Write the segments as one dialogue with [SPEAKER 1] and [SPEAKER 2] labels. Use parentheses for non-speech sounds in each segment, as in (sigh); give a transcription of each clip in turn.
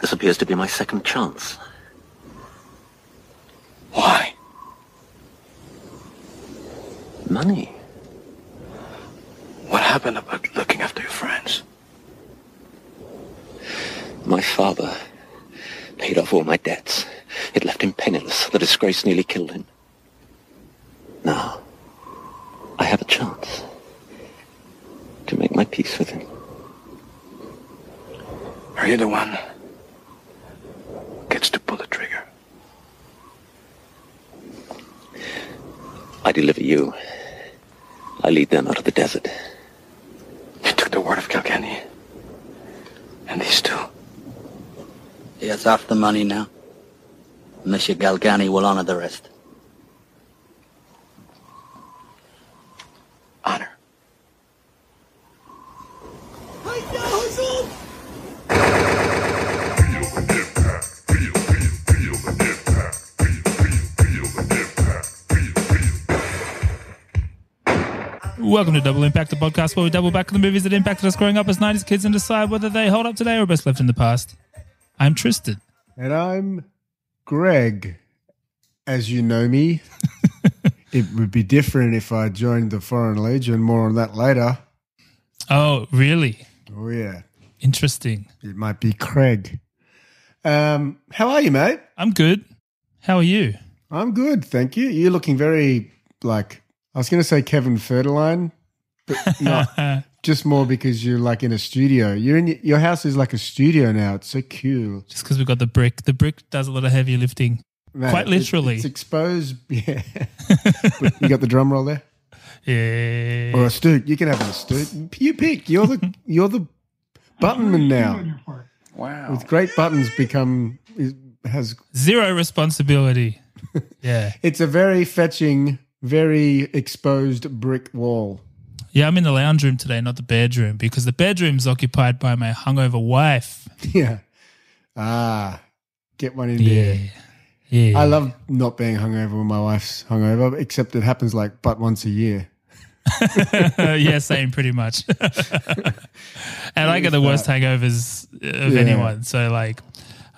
[SPEAKER 1] This appears to be my second chance.
[SPEAKER 2] Why?
[SPEAKER 1] Money.
[SPEAKER 2] What happened about looking after your friends?
[SPEAKER 1] My father paid off all my debts. It left him penniless. The disgrace nearly killed him. Now, I have a chance to make my peace with him.
[SPEAKER 2] Are you the one who gets to pull the trigger?
[SPEAKER 1] I deliver you. I lead them out of the desert.
[SPEAKER 2] You took the word of Kilkenny. And these two.
[SPEAKER 3] Yes, off the money now. Monsieur Galgani will honor the rest.
[SPEAKER 2] Honor.
[SPEAKER 4] Welcome to Double Impact, the podcast where we double back on the movies that impacted us growing up as 90s kids and decide whether they hold up today or are best left in the past. I'm Tristan.
[SPEAKER 5] And I'm Greg. As you know
[SPEAKER 4] (laughs)
[SPEAKER 5] me, it would be different if I joined the Foreign Legion. More on that later.
[SPEAKER 4] Oh, really?
[SPEAKER 5] Oh, yeah.
[SPEAKER 4] Interesting.
[SPEAKER 5] It might be Craig. Um, how are you, mate?
[SPEAKER 4] I'm good. How are you?
[SPEAKER 5] I'm good, thank you. You're looking very like I was going to say Kevin Ferdeline,
[SPEAKER 4] (laughs)
[SPEAKER 5] but not just more because you're like in a studio. You're in your house is like a studio now. It's so cool.
[SPEAKER 4] Just because we've got the brick. The brick does a lot of heavy lifting.
[SPEAKER 5] Man,
[SPEAKER 4] Quite
[SPEAKER 5] it-
[SPEAKER 4] literally.
[SPEAKER 5] it's exposed. (laughs) Yeah, you got the drum roll there,
[SPEAKER 4] Yeah.
[SPEAKER 5] or a stoot. You can have a stoot. You pick. You're the you're the button man now.
[SPEAKER 2] Wow.
[SPEAKER 5] With great buttons become is- has
[SPEAKER 4] Zero (laughs) responsibility. yeah.
[SPEAKER 5] It's a very fetching, very exposed brick wall. (laughs)
[SPEAKER 4] Yeah, I'm in the lounge room today, not the bedroom, because the bedroom's occupied by my hungover wife.
[SPEAKER 5] Yeah. Ah, get one in there.
[SPEAKER 4] Yeah.
[SPEAKER 5] I love not being hungover when my wife's hungover, except it happens like but once a year. (laughs)
[SPEAKER 4] (laughs) Uh, yeah, same pretty much. (laughs) and I get the worst hangovers uh, of
[SPEAKER 5] Yeah.
[SPEAKER 4] anyone, so like,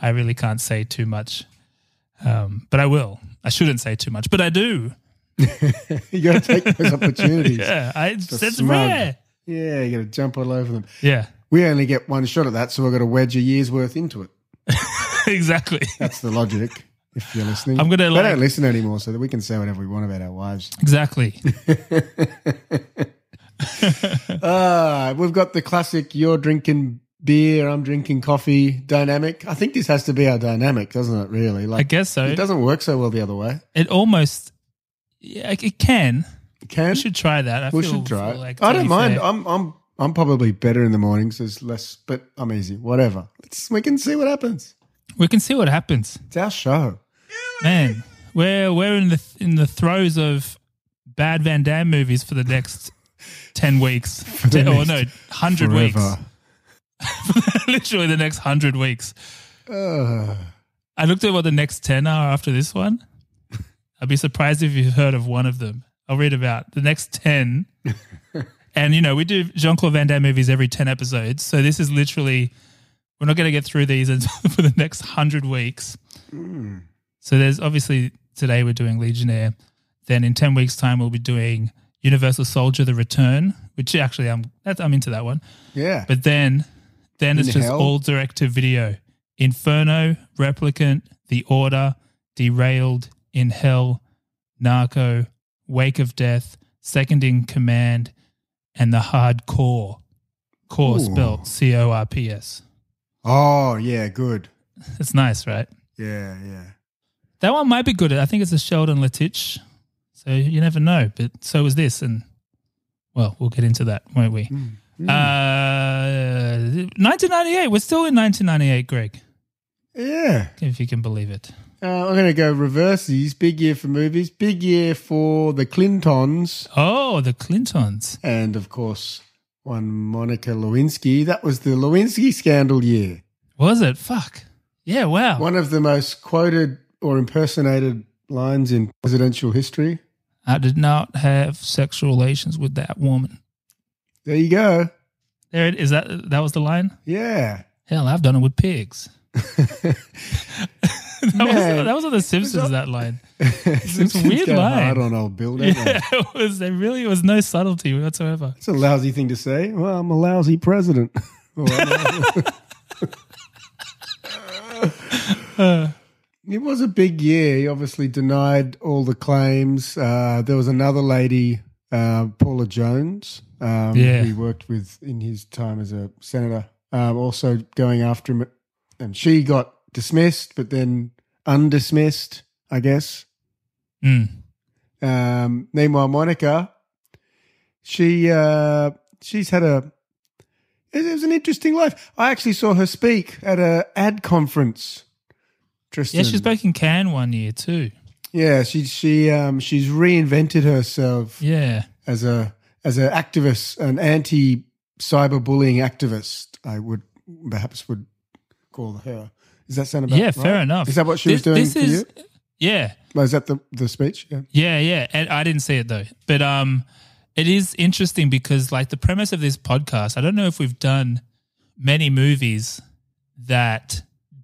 [SPEAKER 4] I really can't say too much. Um, but I will. I shouldn't say too much, but I do.
[SPEAKER 5] You got to take those opportunities. Yeah.
[SPEAKER 4] (laughs) Yeah, I, it's, it's
[SPEAKER 5] smug.
[SPEAKER 4] rare.
[SPEAKER 5] you got to jump all over them.
[SPEAKER 4] Yeah, (laughs)
[SPEAKER 5] We only get one shot at that, so we've got to wedge a year's worth into it.
[SPEAKER 4] exactly.
[SPEAKER 5] That's the logic. If you're listening,
[SPEAKER 4] I'm gonna,
[SPEAKER 5] They
[SPEAKER 4] like-
[SPEAKER 5] don't listen anymore, so that we can say whatever we want about our
[SPEAKER 4] (laughs)
[SPEAKER 5] wives.
[SPEAKER 4] Exactly.
[SPEAKER 5] Ah, we've got the classic you're drinking beer, I'm drinking coffee dynamic. I think this has to be our dynamic, doesn't it, really? Like
[SPEAKER 4] I guess so.
[SPEAKER 5] (laughs) it
[SPEAKER 4] It,
[SPEAKER 5] doesn't work so well the other way.
[SPEAKER 4] almost, yeah, it- it can.
[SPEAKER 5] Can
[SPEAKER 4] We should try that. I
[SPEAKER 5] we
[SPEAKER 4] feel,
[SPEAKER 5] should try.
[SPEAKER 4] feel
[SPEAKER 5] it.
[SPEAKER 4] like
[SPEAKER 5] I
[SPEAKER 4] to
[SPEAKER 5] don't
[SPEAKER 4] be
[SPEAKER 5] mind.
[SPEAKER 4] fair.
[SPEAKER 5] I'm I'm I'm probably better in the mornings. There's less but I'm easy. Whatever. Let's we can see what happens.
[SPEAKER 4] we can see what happens.
[SPEAKER 5] It's our show.
[SPEAKER 4] Man, we're we're in the in the throes of bad Van Damme movies for the next ten weeks,
[SPEAKER 5] the
[SPEAKER 4] Ten- or
[SPEAKER 5] next
[SPEAKER 4] no, hundred weeks.
[SPEAKER 5] Forever.
[SPEAKER 4] (laughs) Literally the next hundred weeks.
[SPEAKER 5] Ugh.
[SPEAKER 4] I looked at what the next ten are after this one. I'd be surprised if you've heard of one of them. I'll read about the next ten. and you know, we do Jean Claude Van Damme movies every ten episodes, so this is literally we're not going to get through these (laughs) until- for the next hundred weeks. So there's obviously today we're doing Legionnaire. Then in ten weeks' time we'll be doing Universal Soldier: The Return, which actually I'm that's, I'm into that one.
[SPEAKER 5] yeah.
[SPEAKER 4] But then, then it's
[SPEAKER 5] In
[SPEAKER 4] just
[SPEAKER 5] hell?
[SPEAKER 4] all direct to video. Inferno, Replicant, The Order, Derailed, In Hell, Narco, Wake of Death, Second in Command, and The Hardcore. Core
[SPEAKER 5] Ooh.
[SPEAKER 4] spelled C O R P S.
[SPEAKER 5] oh yeah, good.
[SPEAKER 4] It's nice, right?
[SPEAKER 5] Yeah, yeah.
[SPEAKER 4] That one might be good. I think it's a Sheldon Letich. So you never know. But so is this. And well, we'll get into that, won't we?
[SPEAKER 5] Hmm.
[SPEAKER 4] Uh, 1998. We're still in 1998, Greg,
[SPEAKER 5] Yeah.
[SPEAKER 4] if you can believe it.
[SPEAKER 5] Uh, I'm going to go reverses. Big year for movies. Big year for the Clintons.
[SPEAKER 4] Oh, the Clintons.
[SPEAKER 5] And of course, one Monica Lewinsky. That was the Lewinsky scandal year.
[SPEAKER 4] Was it? Fuck. Yeah, wow.
[SPEAKER 5] One of the most quoted or impersonated lines in presidential history.
[SPEAKER 4] I did not have sexual relations with that woman.
[SPEAKER 5] There you go.
[SPEAKER 4] There it is. That, that was the line?
[SPEAKER 5] Yeah. (laughs)
[SPEAKER 4] Hell, I've done it with pigs. (laughs) That was,
[SPEAKER 5] Man.
[SPEAKER 4] that was on The Simpsons, that
[SPEAKER 5] (laughs)
[SPEAKER 4] line.
[SPEAKER 5] it's
[SPEAKER 4] weird line.
[SPEAKER 5] Hard on old Bill. don't they?
[SPEAKER 4] Yeah, (laughs) it was. There really was no subtlety whatsoever.
[SPEAKER 5] It's a lousy thing to say. Well, I'm a lousy president. (laughs) Or I'm
[SPEAKER 4] Uh,
[SPEAKER 5] a- it was a big year. He obviously denied all the claims. Uh, there was another lady, uh, Paula Jones, um,
[SPEAKER 4] Yeah.
[SPEAKER 5] who he worked with in his time as a senator, um, also going after him. And she got dismissed, but then undismissed, I guess.
[SPEAKER 4] Mm.
[SPEAKER 5] Um, meanwhile, Monica, she uh, she's had a it it was an interesting life. I actually saw her speak at a ad conference. Tristan.
[SPEAKER 4] Yeah, she spoke in Cannes one year too.
[SPEAKER 5] Yeah, she she um, she's reinvented herself
[SPEAKER 4] Yeah,
[SPEAKER 5] as a as an activist, an anti cyberbullying activist. I would perhaps would call her. Does that sound about
[SPEAKER 4] yeah,
[SPEAKER 5] right?
[SPEAKER 4] fair enough.
[SPEAKER 5] Is that what she was doing for
[SPEAKER 4] is,
[SPEAKER 5] you? Oh,
[SPEAKER 4] Yeah,
[SPEAKER 5] Is that the the speech? Yeah.
[SPEAKER 4] yeah, yeah. And I didn't see it though, but um, it is interesting because like the premise of this podcast, I don't know if we've done many movies that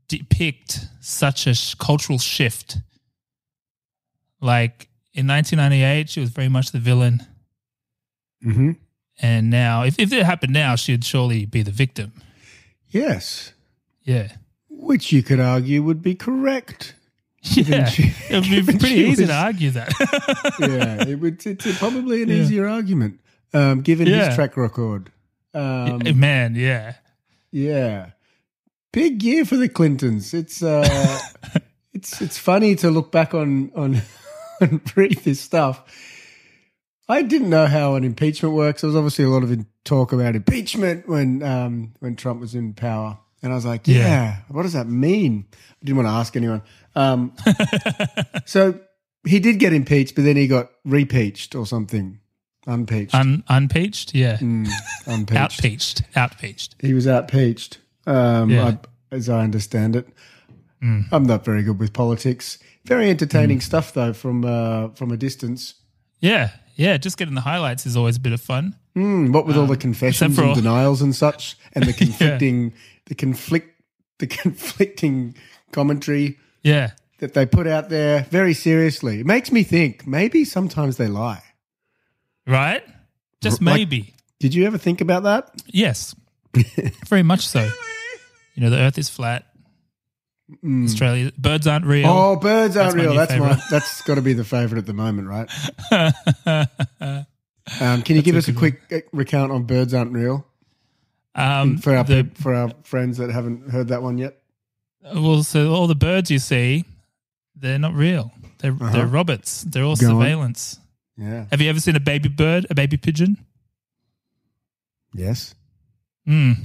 [SPEAKER 4] depict such a sh- cultural shift. Like in 1998, she was very much the villain.
[SPEAKER 5] Mm-hmm.
[SPEAKER 4] And now, if, if it happened now, she'd surely be the victim.
[SPEAKER 5] Yes.
[SPEAKER 4] Yeah.
[SPEAKER 5] Which you could argue would be correct.
[SPEAKER 4] Yeah.
[SPEAKER 5] (laughs) she-
[SPEAKER 4] It would be
[SPEAKER 5] given
[SPEAKER 4] pretty
[SPEAKER 5] she
[SPEAKER 4] easy
[SPEAKER 5] was-
[SPEAKER 4] to argue that.
[SPEAKER 5] Yeah, it would, it's a- probably
[SPEAKER 4] (laughs)
[SPEAKER 5] an
[SPEAKER 4] Yeah.
[SPEAKER 5] easier argument um, given
[SPEAKER 4] Yeah.
[SPEAKER 5] his track record. (laughs) Um,
[SPEAKER 4] (laughs)
[SPEAKER 5] yeah.
[SPEAKER 4] Man, yeah.
[SPEAKER 5] big year for the Clintons.
[SPEAKER 4] (laughs)
[SPEAKER 5] It's uh, it's it's funny to look back on on (laughs) and read this stuff. I didn't know how an impeachment works. There was obviously a lot of in- talk about impeachment when um, when Trump was in power, and I was like,
[SPEAKER 4] Yeah.
[SPEAKER 5] yeah, what does that mean? I didn't want to ask anyone.
[SPEAKER 4] (laughs)
[SPEAKER 5] Um, so he did get impeached, but then he got repeached or something, unpeached,
[SPEAKER 4] Un, unpeached, yeah.
[SPEAKER 5] unpeached.
[SPEAKER 4] Outpeached, outpeached.
[SPEAKER 5] He was outpeached, um,
[SPEAKER 4] Yeah. Hmm.
[SPEAKER 5] I, as I understand it. I'm not very good with politics. Very entertaining stuff though from uh, from a distance.
[SPEAKER 4] Yeah, yeah. Just getting the highlights is always a bit of fun.
[SPEAKER 5] Mm, what with all the confessions
[SPEAKER 4] Uh, for
[SPEAKER 5] and
[SPEAKER 4] all-
[SPEAKER 5] denials and such, and
[SPEAKER 4] (laughs)
[SPEAKER 5] the conflicting, the conflict, the conflicting commentary
[SPEAKER 4] Yeah,
[SPEAKER 5] that they put out there very seriously. It makes me think maybe sometimes they lie.
[SPEAKER 4] right. Just
[SPEAKER 5] R- like-
[SPEAKER 4] maybe.
[SPEAKER 5] Did you ever think about that? (laughs)
[SPEAKER 4] Yes, very much so. You know, the Earth is flat. Australia birds aren't real.
[SPEAKER 5] Mm. Oh, birds
[SPEAKER 4] That's
[SPEAKER 5] aren't
[SPEAKER 4] my
[SPEAKER 5] real.
[SPEAKER 4] new
[SPEAKER 5] That's my
[SPEAKER 4] favourite.
[SPEAKER 5] that's got to be the favorite at the moment,
[SPEAKER 4] (laughs)
[SPEAKER 5] right? Um, can you give us a quick uh, recount on birds aren't real
[SPEAKER 4] um,
[SPEAKER 5] for our
[SPEAKER 4] the,
[SPEAKER 5] peop for our friends that haven't heard that one yet?
[SPEAKER 4] well, so all the birds you see, they're not real. They're they're robots. They're all
[SPEAKER 5] Uh-huh. Go on.
[SPEAKER 4] surveillance.
[SPEAKER 5] Yeah.
[SPEAKER 4] Have you ever seen a baby bird, a baby pigeon?
[SPEAKER 5] Yes.
[SPEAKER 4] Mm.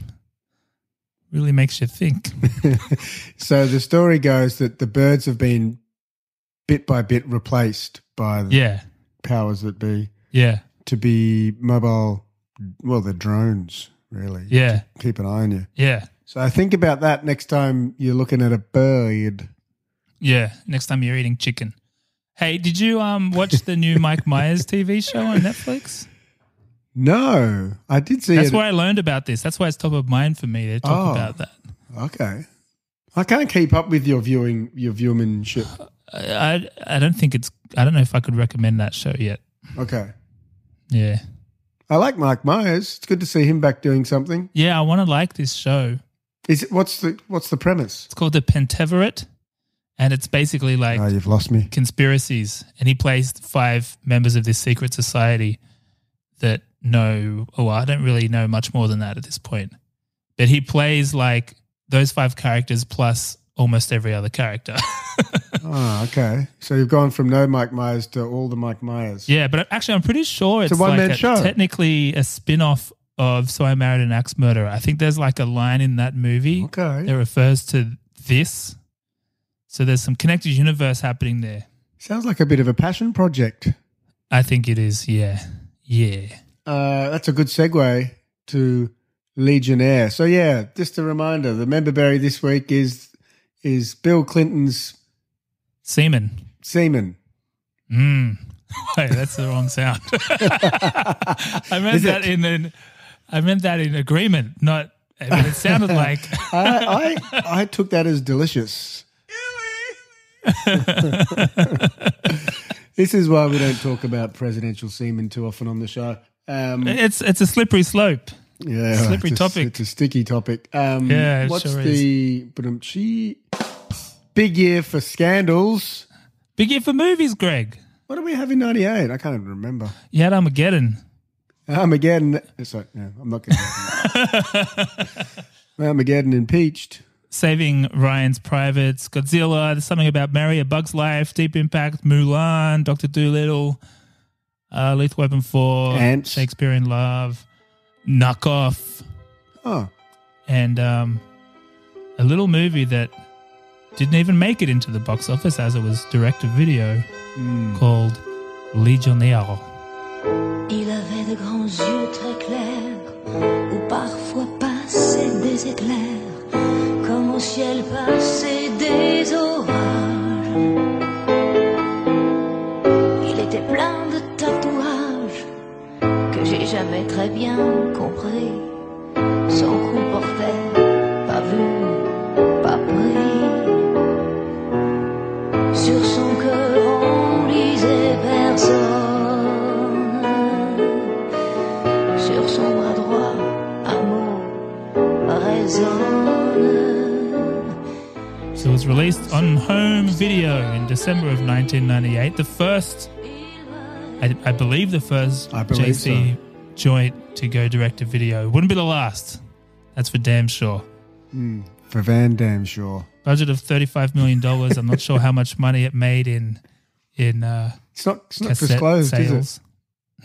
[SPEAKER 4] Really makes you think.
[SPEAKER 5] (laughs) (laughs) So the story goes that the birds have been bit by bit replaced by the
[SPEAKER 4] yeah,
[SPEAKER 5] powers that be
[SPEAKER 4] yeah,
[SPEAKER 5] to be mobile. Well, the drones really.
[SPEAKER 4] yeah,
[SPEAKER 5] Keep an eye on you.
[SPEAKER 4] yeah,
[SPEAKER 5] So I think about that next time you're looking at a bird.
[SPEAKER 4] yeah. Next time you're eating chicken. Hey, did you um watch the new Mike Myers TV show on Netflix?
[SPEAKER 5] No, I did see
[SPEAKER 4] That's
[SPEAKER 5] it.
[SPEAKER 4] where I learned about this. That's why it's top of mind for me. They talk
[SPEAKER 5] Oh.
[SPEAKER 4] about that.
[SPEAKER 5] Okay. I can't keep up with your viewing, your viewmanship.
[SPEAKER 4] I I don't think it's. I don't know if I could recommend that show yet.
[SPEAKER 5] Okay.
[SPEAKER 4] Yeah,
[SPEAKER 5] I like Mike Myers. It's good to see him back doing something.
[SPEAKER 4] yeah. I want to like this show.
[SPEAKER 5] Is it, what's the what's the premise?
[SPEAKER 4] It's called The Pentaveret, and it's basically like
[SPEAKER 5] Oh, you've lost me.
[SPEAKER 4] conspiracies and he plays five members of this secret society that know oh i don't really know much more than that at this point but he plays like those five characters plus almost every other character (laughs)
[SPEAKER 5] Oh, okay. So you've gone from no Mike Myers to all the Mike Myers.
[SPEAKER 4] yeah but actually i'm pretty sure it's,
[SPEAKER 5] It's a one-man
[SPEAKER 4] like a-
[SPEAKER 5] show.
[SPEAKER 4] technically a spin-off of so i married an axe murderer i think there's like a line in that movie
[SPEAKER 5] Okay.
[SPEAKER 4] that refers to this so there's some connected universe happening there
[SPEAKER 5] Sounds like a bit of a passion project.
[SPEAKER 4] i think it is yeah yeah
[SPEAKER 5] Uh, that's a good segue to Legionnaire. So yeah, just a reminder: the member berry this week is is Bill Clinton's
[SPEAKER 4] seaman
[SPEAKER 5] semen.
[SPEAKER 4] Mm. Wait, that's the wrong sound. (laughs) I meant
[SPEAKER 5] Is
[SPEAKER 4] that
[SPEAKER 5] it?
[SPEAKER 4] in an, I meant that in agreement, not I mean, it
[SPEAKER 5] (laughs)
[SPEAKER 4] sounded like
[SPEAKER 5] I, I I took that as delicious. (laughs) this is why we don't talk about presidential semen too often on the show. Um,
[SPEAKER 4] it's it's a slippery slope.
[SPEAKER 5] yeah,
[SPEAKER 4] slippery
[SPEAKER 5] it's a,
[SPEAKER 4] topic.
[SPEAKER 5] It's a sticky topic. Um,
[SPEAKER 4] Yeah, it
[SPEAKER 5] what's
[SPEAKER 4] sure is.
[SPEAKER 5] the but um, she big year for scandals?
[SPEAKER 4] Big year for movies, Greg.
[SPEAKER 5] What did we have in '98? I can't even remember. Uh,
[SPEAKER 4] You had Armageddon.
[SPEAKER 5] Armageddon. Sorry, no, I'm not going. to
[SPEAKER 4] (laughs)
[SPEAKER 5] Armageddon impeached.
[SPEAKER 4] Saving Ryan's Privates, Godzilla, there's something about Mary, A Bug's Life, Deep Impact, Mulan, Doctor Dolittle, uh, Lethal Weapon 4,
[SPEAKER 5] Ants.
[SPEAKER 4] Shakespeare in Love, Knock Off,
[SPEAKER 5] Oh,
[SPEAKER 4] and um, a little movie that didn't even make it into the box office as it was direct to video
[SPEAKER 5] Hmm.
[SPEAKER 4] called Legionnaire.
[SPEAKER 6] Il avait de grands yeux très clairs, où parfois passaient des éclairs, comme au ciel passaient des orages. Il était plein de tatouages, que j'ai jamais très bien compris. Son coup portait, pas vu, pas pris. Sur son cœur, on lisait personne. Sur son bras droit, un mot résonne.
[SPEAKER 4] So it was released on home video in December of 1998. The first, I, I believe, the first
[SPEAKER 5] I believe
[SPEAKER 4] JC
[SPEAKER 5] so.
[SPEAKER 4] joint to go direct to video. Wouldn't be the last. That's for damn sure.
[SPEAKER 5] for Van Damme, sure.
[SPEAKER 4] Budget of $35 million. I'm not sure how much money it made in in uh,
[SPEAKER 5] It's not, it's not
[SPEAKER 4] cassette
[SPEAKER 5] disclosed, is
[SPEAKER 4] sales.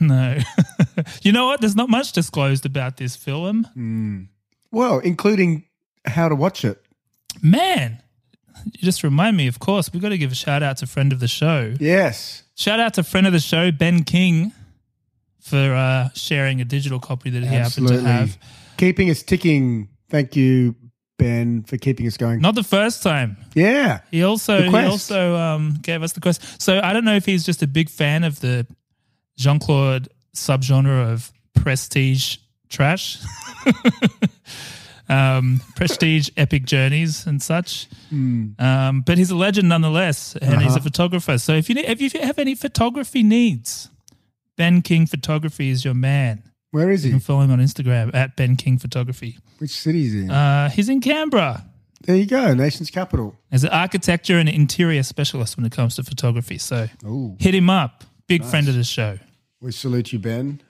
[SPEAKER 4] No. (laughs) you know what? There's not much disclosed about this film.
[SPEAKER 5] Hmm. it? Well, including how to watch it.
[SPEAKER 4] Man, you just remind me, of course, we've got to give a shout out to friend of the show.
[SPEAKER 5] Yes.
[SPEAKER 4] Shout out to friend of the show, Ben King, for uh, sharing a digital copy that he happened to have.
[SPEAKER 5] Keeping us ticking. Thank you, Ben, for keeping us going.
[SPEAKER 4] Not the first time.
[SPEAKER 5] yeah.
[SPEAKER 4] He also
[SPEAKER 5] The
[SPEAKER 4] he
[SPEAKER 5] Quest.
[SPEAKER 4] also um, gave us the quest. So I don't know if he's just a big fan of the Jean Claude subgenre of prestige trash, (laughs) um, prestige epic journeys and such. Um, but he's a legend nonetheless, and he's a photographer. So if you need, if you have any photography needs, Ben King Photography is your man.
[SPEAKER 5] Where is
[SPEAKER 4] You (laughs)
[SPEAKER 5] he?
[SPEAKER 4] can follow him on Instagram at Ben King Photography.
[SPEAKER 5] Which city is he in?
[SPEAKER 4] Uh, he's in Canberra
[SPEAKER 5] there you go. Nation's capital.
[SPEAKER 4] as an architecture and interior specialist when it comes to photography. So
[SPEAKER 5] Oh,
[SPEAKER 4] hit him up. Big friend of the show.
[SPEAKER 5] we salute you, Ben.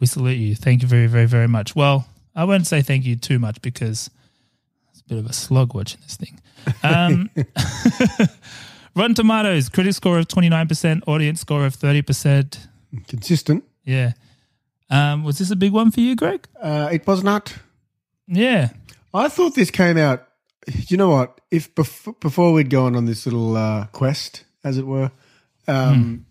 [SPEAKER 4] We salute you. Thank you very, very, very much. Well, I won't say thank you too much because it's a bit of a slog watching this thing. Um, (laughs) Rotten Tomatoes, critic score of 29%, audience score of 30%.
[SPEAKER 5] Consistent.
[SPEAKER 4] Yeah. Um, was this a big one for you, Greg?
[SPEAKER 5] Uh, it was not.
[SPEAKER 4] Yeah.
[SPEAKER 5] I thought this came out. You know what? If bef- before we'd gone on this little uh, quest, as it were,
[SPEAKER 4] Hmm.
[SPEAKER 5] um,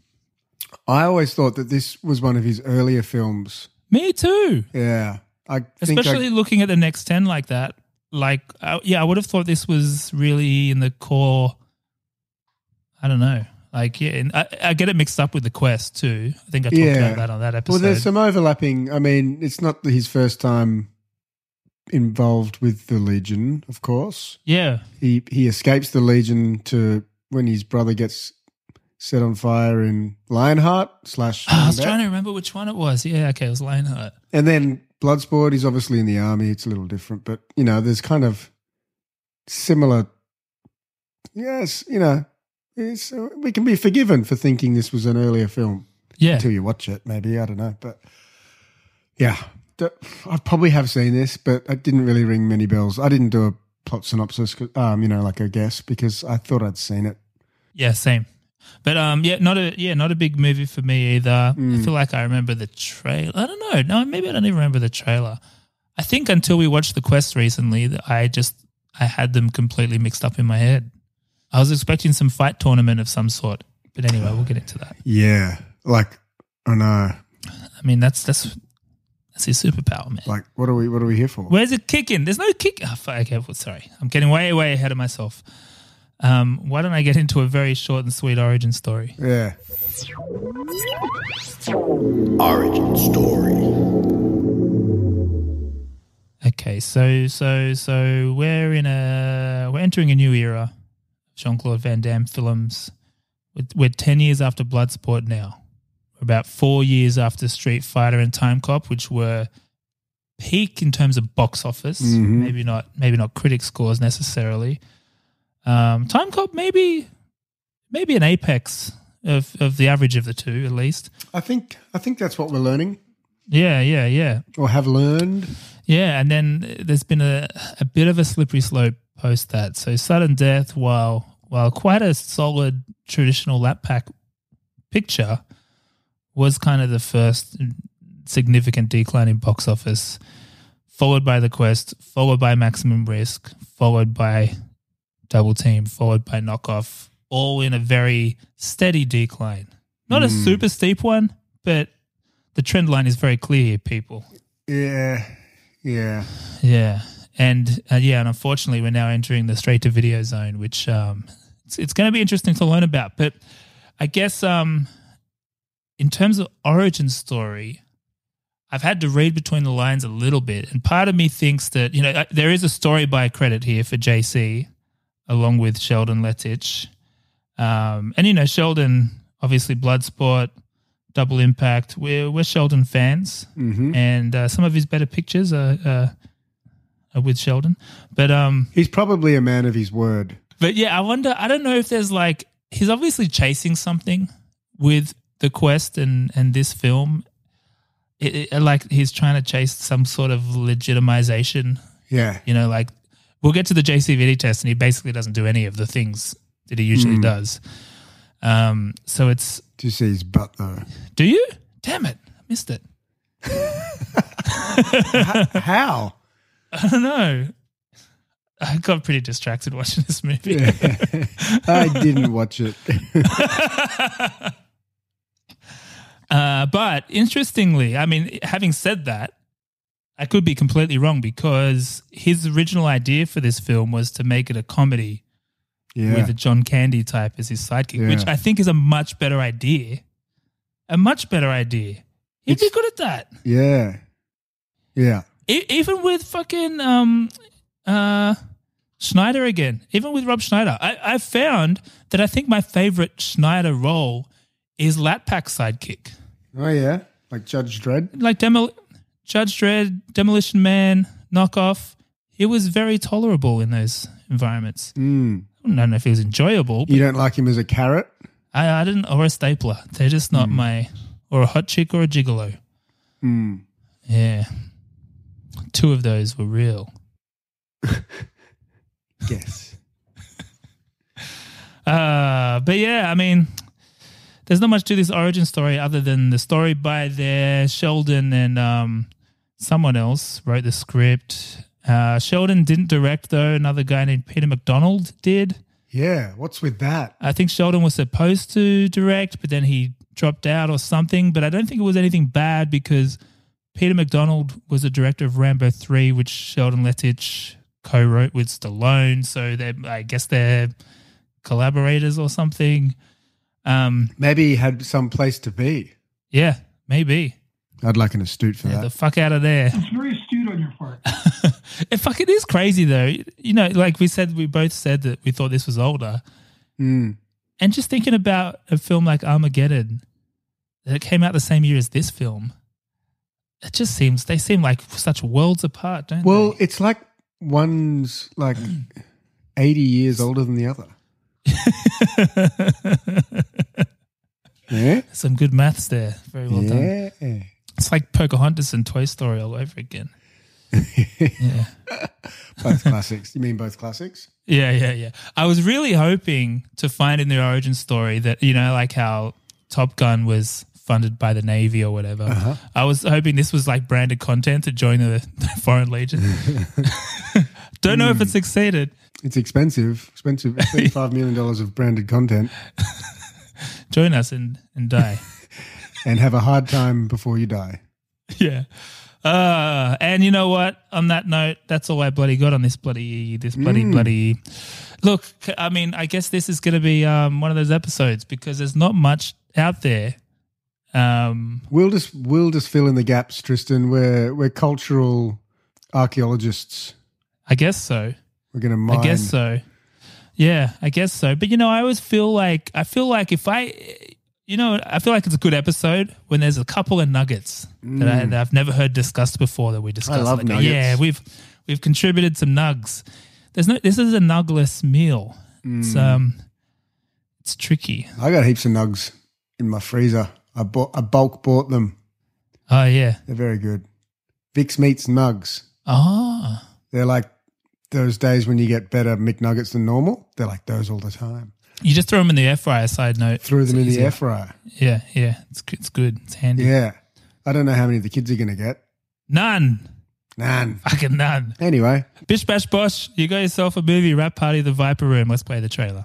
[SPEAKER 5] I always thought that this was one of his earlier films.
[SPEAKER 4] Me too.
[SPEAKER 5] Yeah, I think I-
[SPEAKER 4] especially looking at the next 10 like that like I yeah i would have thought this was really in the core i don't know like yeah and I, I get it mixed up with the quest too i think i talked
[SPEAKER 5] Yeah.
[SPEAKER 4] about that on that episode
[SPEAKER 5] Well, there's some overlapping. I mean, it's not his first time involved with the Legion, of course.
[SPEAKER 4] yeah
[SPEAKER 5] He he escapes the Legion to when his brother gets set on fire in Lionheart slash.
[SPEAKER 4] (sighs) Ah, i was
[SPEAKER 5] Combat.
[SPEAKER 4] trying to remember which one it was yeah okay it was lionheart
[SPEAKER 5] And then Bloodsport, he's obviously in the army. It's a little different, but you know, there's kind of similar. Yes, you know, it's, uh, we can be forgiven for thinking this was an earlier film.
[SPEAKER 4] yeah
[SPEAKER 5] until you watch it. Maybe I don't know, but yeah, D- I probably have seen this, but it didn't really ring many bells. I didn't do a plot synopsis, 'cause, um, you know, like a guess because I thought I'd seen it.
[SPEAKER 4] yeah same but um yeah not a yeah not a big movie for me either i feel like i remember the trailer i don't know no maybe i don't even remember the trailer i think until we watched the quest recently that i just i had them completely mixed up in my head i was expecting some fight tournament of some sort but anyway we'll get into that
[SPEAKER 5] Yeah, like I know,
[SPEAKER 4] i mean that's that's that's his superpower man
[SPEAKER 5] like what are we? What are we here for?
[SPEAKER 4] Where's it kicking? There's no kick. Oh, fuck, okay, well, sorry. I'm getting way, way ahead of myself. Um, why don't I get into a very short and sweet origin story?
[SPEAKER 5] yeah,
[SPEAKER 2] Origin story.
[SPEAKER 4] Okay, Okay, so so so we're in a we're entering a new era. Jean Claude Van Damme films. We're, we're ten years after Bloodsport now. We're about four years after Street Fighter and Time Cop, which were peak in terms of box office. Maybe not maybe not critic scores necessarily. Um, Time Cop maybe maybe an apex of of the average of the two at least.
[SPEAKER 5] I think I think that's what we're learning
[SPEAKER 4] Yeah, yeah, yeah.
[SPEAKER 5] or have learned.
[SPEAKER 4] Yeah, and then uh, there's been a, a bit of a slippery slope post that. So sudden death, while while quite a solid traditional lap pack picture, was kind of the first significant decline in box office, followed by the quest, followed by maximum risk, followed by double team, followed by knockoff, all in a very steady decline. Not a super steep one, but the trend line is very clear here, people.
[SPEAKER 5] Yeah, yeah.
[SPEAKER 4] Yeah, and uh, yeah, and unfortunately, we're now entering the straight to video zone, which um, it's, it's going to be interesting to learn about. But I guess um, in terms of origin story, I've had to read between the lines a little bit, and part of me thinks that you know I- there is a story by credit here for JC, along with Sheldon Lettich, um, and you know Sheldon obviously Bloodsport, Double Impact. We're we're Sheldon fans,
[SPEAKER 5] Mm-hmm.
[SPEAKER 4] and uh, some of his better pictures are. Uh, uh, with Sheldon. But um,
[SPEAKER 5] He's probably a man of his word.
[SPEAKER 4] but yeah, I wonder. I don't know if there's like he's obviously chasing something with the quest and and this film. It, it, like he's trying to chase some sort of legitimization.
[SPEAKER 5] Yeah,
[SPEAKER 4] You know, like we'll get to the JCVD test, and he basically doesn't do any of the things that he usually does. Um, so it's
[SPEAKER 5] do you see his butt though?
[SPEAKER 4] do you? Damn it, I missed it. (laughs)
[SPEAKER 5] How? (laughs)
[SPEAKER 4] I don't know. I got pretty distracted (laughs) watching this movie.
[SPEAKER 5] I didn't watch it.
[SPEAKER 4] Uh, but interestingly, I mean, having said that, I could be completely wrong because his original idea for this film was to make it a comedy
[SPEAKER 5] Yeah,
[SPEAKER 4] with a John Candy type as his sidekick,
[SPEAKER 5] Yeah.
[SPEAKER 4] which I think is a much better idea. A much better idea. He'd be good at that.
[SPEAKER 5] yeah, yeah.
[SPEAKER 4] E- even with fucking um, uh, Schneider again, even with Rob Schneider, I, I found that I think my favorite Schneider role is Latpak sidekick.
[SPEAKER 5] Oh yeah, like Judge Dredd.
[SPEAKER 4] like Demo- Judge Dredd, Demolition Man, Knockoff. He was very tolerable in those environments.
[SPEAKER 5] Mm.
[SPEAKER 4] I don't know if he was enjoyable. But
[SPEAKER 5] You don't like him as a carrot?
[SPEAKER 4] I, I didn't, or a stapler. They're just not my, or a hot chick or a gigolo.
[SPEAKER 5] Mm.
[SPEAKER 4] Yeah, two of those were real.
[SPEAKER 5] Yes.
[SPEAKER 4] Uh, but yeah, I mean, there's not much to this origin story other than the story by there. Sheldon and um, someone else wrote the script. Uh, Sheldon didn't direct though. Another guy named Peter McDonald did.
[SPEAKER 5] (laughs) Yeah. What's with that?
[SPEAKER 4] I think Sheldon was supposed to direct, but then he dropped out or something. But I don't think it was anything bad because Peter McDonald was the director of Rambo 3, which Sheldon Lettich co wrote with Stallone. So they I guess they're collaborators or something. Um,
[SPEAKER 5] Maybe he had some place to be.
[SPEAKER 4] yeah, maybe.
[SPEAKER 5] I'd like an astute for
[SPEAKER 4] Get the
[SPEAKER 5] that.
[SPEAKER 4] fuck out of there.
[SPEAKER 7] Very astute on your part.
[SPEAKER 4] (laughs) it fuck it is crazy though. You know, like we said, we both said that we thought this was older,
[SPEAKER 5] Mm.
[SPEAKER 4] and just thinking about a film like Armageddon that came out the same year as this film, it just seems they seem like such worlds apart, don't
[SPEAKER 5] Well,
[SPEAKER 4] they?
[SPEAKER 5] it's like one's like 80 years older than the other. Yeah.
[SPEAKER 4] Some good maths there. Very well done.
[SPEAKER 5] yeah.
[SPEAKER 4] It's like Pocahontas and Toy Story all over again. yeah.
[SPEAKER 5] Both classics. You mean both classics?
[SPEAKER 4] Yeah, yeah, yeah. I was really hoping to find in the origin story that, you know, like how Top Gun was funded by the Navy or whatever.
[SPEAKER 5] Uh-huh.
[SPEAKER 4] I was hoping this was like branded content to join the, (laughs) the Foreign
[SPEAKER 5] (laughs)
[SPEAKER 4] Legion. Don't know if it succeeded.
[SPEAKER 5] It's expensive. Expensive. $35 million of branded content
[SPEAKER 4] Join us and, and die.
[SPEAKER 5] and have a hard time before you die.
[SPEAKER 4] (laughs) yeah. Uh, and you know what? On that note, that's all I bloody got on this bloody, this bloody, bloody. Look, c- I mean, I guess this is going to be um, one of those episodes because there's not much out there. Um,
[SPEAKER 5] We'll just we'll just fill in the gaps, Tristan. We're we're cultural archaeologists.
[SPEAKER 4] I guess so.
[SPEAKER 5] We're going to mine.
[SPEAKER 4] I guess so. Yeah, I guess so. But you know, I always feel like I feel like if I, you know, I feel like it's a good episode when there's a couple of nuggets that, I, that I've never heard discussed before that we discussed.
[SPEAKER 5] Mm. love
[SPEAKER 4] like,
[SPEAKER 5] nuggets.
[SPEAKER 4] Yeah, we've we've contributed some nugs. There's no. This is a nugless meal. It's
[SPEAKER 5] Mm.
[SPEAKER 4] um, it's tricky.
[SPEAKER 5] I got heaps of nugs in my freezer. I bought, I bulk bought them.
[SPEAKER 4] Oh yeah.
[SPEAKER 5] They're very good. Vix meets nugs.
[SPEAKER 4] Ah.
[SPEAKER 5] They're like those days when you get better McNuggets than normal. They're like those all the time.
[SPEAKER 4] You just throw them in the air fryer. Side note.
[SPEAKER 5] Threw them
[SPEAKER 4] It's
[SPEAKER 5] in the
[SPEAKER 4] easier.
[SPEAKER 5] air fryer.
[SPEAKER 4] Yeah, yeah. It's good. It's good. It's handy.
[SPEAKER 5] Yeah. I don't know how many the kids are going to get.
[SPEAKER 4] None.
[SPEAKER 5] Nan.
[SPEAKER 4] Fucking none.
[SPEAKER 5] Anyway,
[SPEAKER 4] Bish Bash Bosh, you got yourself a movie, Rap Party, The Viper Room. Let's play the trailer.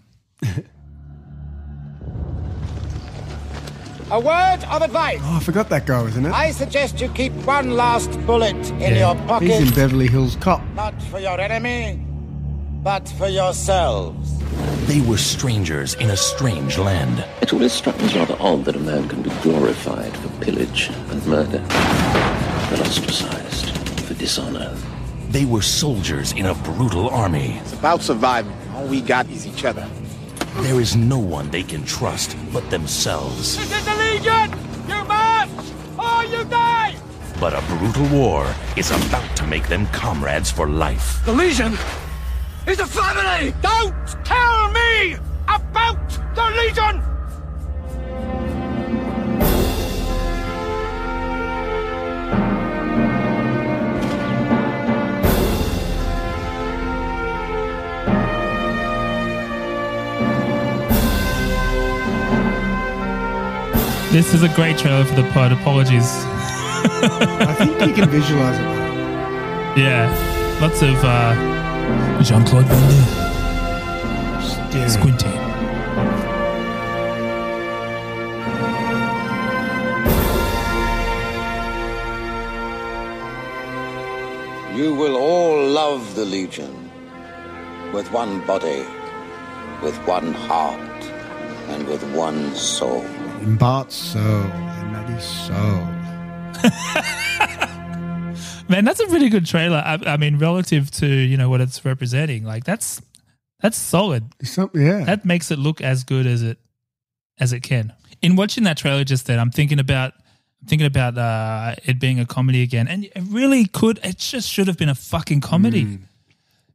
[SPEAKER 7] A word of advice.
[SPEAKER 5] oh, I forgot that guy was in it.
[SPEAKER 7] I suggest you keep one last bullet in
[SPEAKER 4] Yeah.
[SPEAKER 7] your pocket.
[SPEAKER 5] He's in Beverly Hills Cop.
[SPEAKER 7] Not for your enemy, but for yourselves.
[SPEAKER 8] They were strangers in a strange land.
[SPEAKER 1] It always struck me as rather odd that a man can be glorified for pillage and murder, but ostracized for dishonor.
[SPEAKER 8] They were soldiers in a brutal army.
[SPEAKER 2] It's about surviving. All we got is each other.
[SPEAKER 8] There is no one they can trust but themselves.
[SPEAKER 7] This is the Legion! You must! Or you die!
[SPEAKER 8] But a brutal war is about to make them comrades for life.
[SPEAKER 7] The Legion is a family! Don't tell me about the Legion!
[SPEAKER 4] This is a great trailer for the pod. Apologies.
[SPEAKER 5] I think you can visualize
[SPEAKER 4] (laughs)
[SPEAKER 5] it.
[SPEAKER 4] Yeah. Lots of uh, Jean Claude Van Damme
[SPEAKER 5] Yeah.
[SPEAKER 4] squinting.
[SPEAKER 7] You will all love the Legion. With one body, with one heart, and with one soul.
[SPEAKER 5] And Bart's soul. And Maggie's soul.
[SPEAKER 4] Man, that's a really good trailer. I, I mean, relative to, you know, what it's representing, like that's that's solid.
[SPEAKER 5] It's Something, yeah.
[SPEAKER 4] That makes it look as good as it as it can. In watching that trailer just then, I'm thinking about I'm thinking about uh, it being a comedy again, and it really could. It just should have been a fucking comedy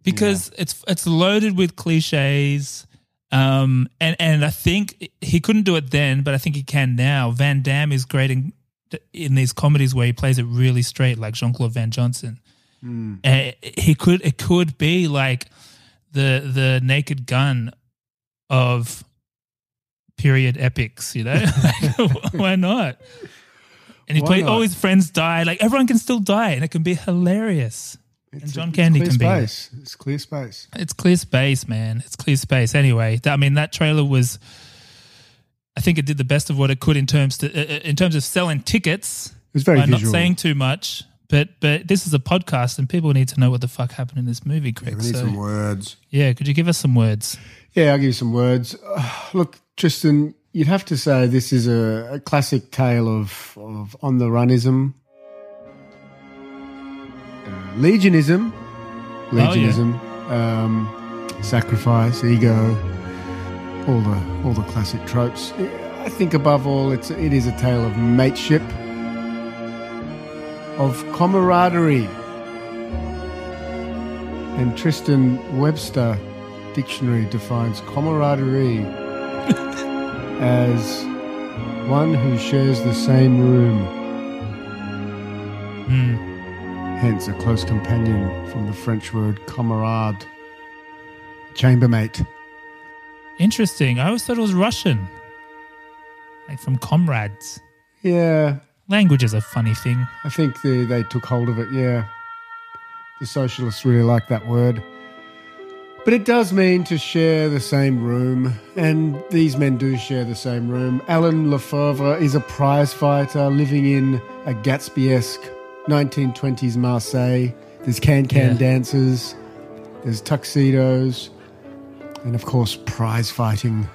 [SPEAKER 4] because it's it's loaded with cliches. Um, and and I think he couldn't do it then, but I think he can now. Van Damme is great in in these comedies where he plays it really straight, like Jean Claude Van Johnson.
[SPEAKER 5] Hmm.
[SPEAKER 4] And he could it could be like the the Naked Gun of period epics, you know? (laughs) Like, why not? And he
[SPEAKER 5] Why
[SPEAKER 4] played all
[SPEAKER 5] not?
[SPEAKER 4] his friends die. Like everyone can still die, and it can be hilarious. and
[SPEAKER 5] It's-
[SPEAKER 4] John
[SPEAKER 5] it's
[SPEAKER 4] Candy
[SPEAKER 5] clear
[SPEAKER 4] can be. in it.
[SPEAKER 5] space. It's clear space.
[SPEAKER 4] It's clear space, man. It's clear space. Anyway, that, I mean, that trailer was. I think it did the best of what it could in terms to, uh, uh, in terms of selling tickets.
[SPEAKER 5] It's very
[SPEAKER 4] by
[SPEAKER 5] visual.
[SPEAKER 4] Not saying too much, but but this is a podcast, and people need to know what the fuck happened in this movie, Greg.
[SPEAKER 5] We need
[SPEAKER 4] so,
[SPEAKER 5] some words.
[SPEAKER 4] yeah, could you give us some words?
[SPEAKER 5] Yeah, I'll give you some words. (sighs) Uh, look, Tristan, you'd have to say this is a, a classic tale of, of on the runism, uh, legionism,
[SPEAKER 4] yeah.
[SPEAKER 5] legionism, um, sacrifice, ego, all the all the classic tropes. I think above all, it's it is a tale of mateship, of camaraderie. And Tristan Webster dictionary defines camaraderie as one who shares the same room,
[SPEAKER 4] Hmm.
[SPEAKER 5] hence a close companion from the French word camarade, chambermate.
[SPEAKER 4] Interesting. I always thought it was Russian, like from comrades.
[SPEAKER 5] Yeah,
[SPEAKER 4] Language is a funny thing.
[SPEAKER 5] I think they, they took hold of it, yeah. The socialists really like that word. But it does mean to share the same room, and these men do share the same room. Alan Lefebvre is a prize fighter living in a Gatsby esque 1920s Marseille. There's can can
[SPEAKER 4] Yeah.
[SPEAKER 5] dances, there's tuxedos, and of course, prize fighting.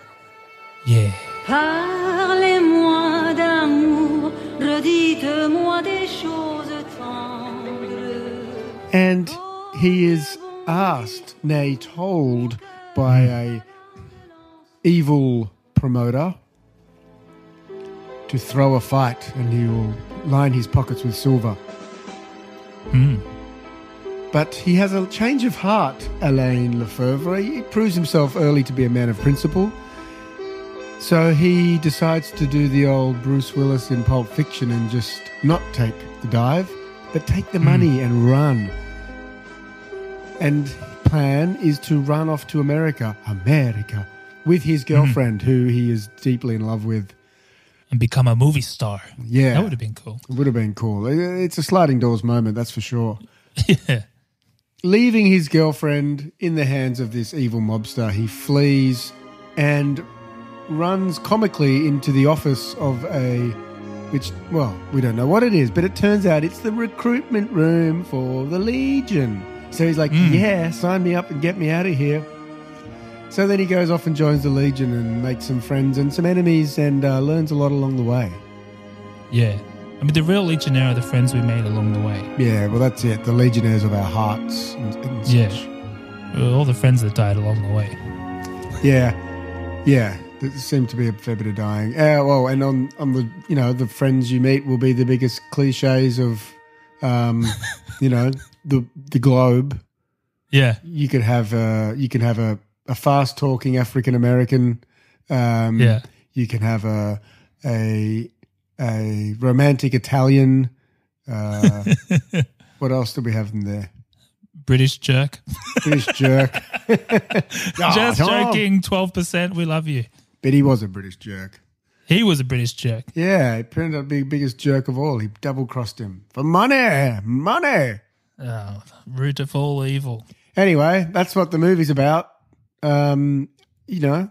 [SPEAKER 4] Yeah.
[SPEAKER 9] Parlez-moi d'amour, redites-moi des choses tendres.
[SPEAKER 5] And he is asked, nay, told by a evil promoter to throw a fight and he will line his pockets with silver. But he has a change of heart, Alain Lefebvre. He proves himself early to be a man of principle. So he decides to do the old Bruce Willis in Pulp Fiction and just not take the dive, but take the money and run. And plan is to run off to America, America, with his
[SPEAKER 4] Mm-hmm.
[SPEAKER 5] girlfriend, who he is deeply in love with.
[SPEAKER 4] and become a movie star.
[SPEAKER 5] Yeah.
[SPEAKER 4] That would have been cool. (laughs)
[SPEAKER 5] It would have been cool. It- It's a sliding doors moment, that's for sure.
[SPEAKER 4] yeah.
[SPEAKER 5] Leaving his girlfriend in the hands of this evil mobster, he flees and runs comically into the office of a. Which, well, we don't know what it is, but it turns out it's the recruitment room for the Legion. So he's like, yeah, sign me up and get me out of here. So then he goes off and joins the Legion and makes some friends and some enemies and uh, learns a lot along the way.
[SPEAKER 4] Yeah. I mean, the real Legionnaire are the friends we made along the way.
[SPEAKER 5] Yeah, well, that's it. The Legionnaires of our hearts. And, and
[SPEAKER 4] Yeah.
[SPEAKER 5] such.
[SPEAKER 4] All the friends that died along the way.
[SPEAKER 5] Yeah, yeah. There seemed to be a fair bit of dying. Uh, well, and on on the you know the friends you meet will be the biggest cliches of, um, you know the the globe.
[SPEAKER 4] Yeah.
[SPEAKER 5] You could have a you can have a, a fast talking African American. Um,
[SPEAKER 4] Yeah.
[SPEAKER 5] You can have a a a romantic Italian. Uh, what else do we have in there?
[SPEAKER 4] British jerk.
[SPEAKER 5] British jerk.
[SPEAKER 4] (laughs) Just
[SPEAKER 5] Ah, Tom.
[SPEAKER 4] joking. 12%. We love you.
[SPEAKER 5] But he was a British jerk.
[SPEAKER 4] He was a British jerk.
[SPEAKER 5] Yeah, he turned out to be the biggest jerk of all. He double crossed him for money, money.
[SPEAKER 4] Oh, root of all evil.
[SPEAKER 5] Anyway, that's what the movie's about. Um, you know,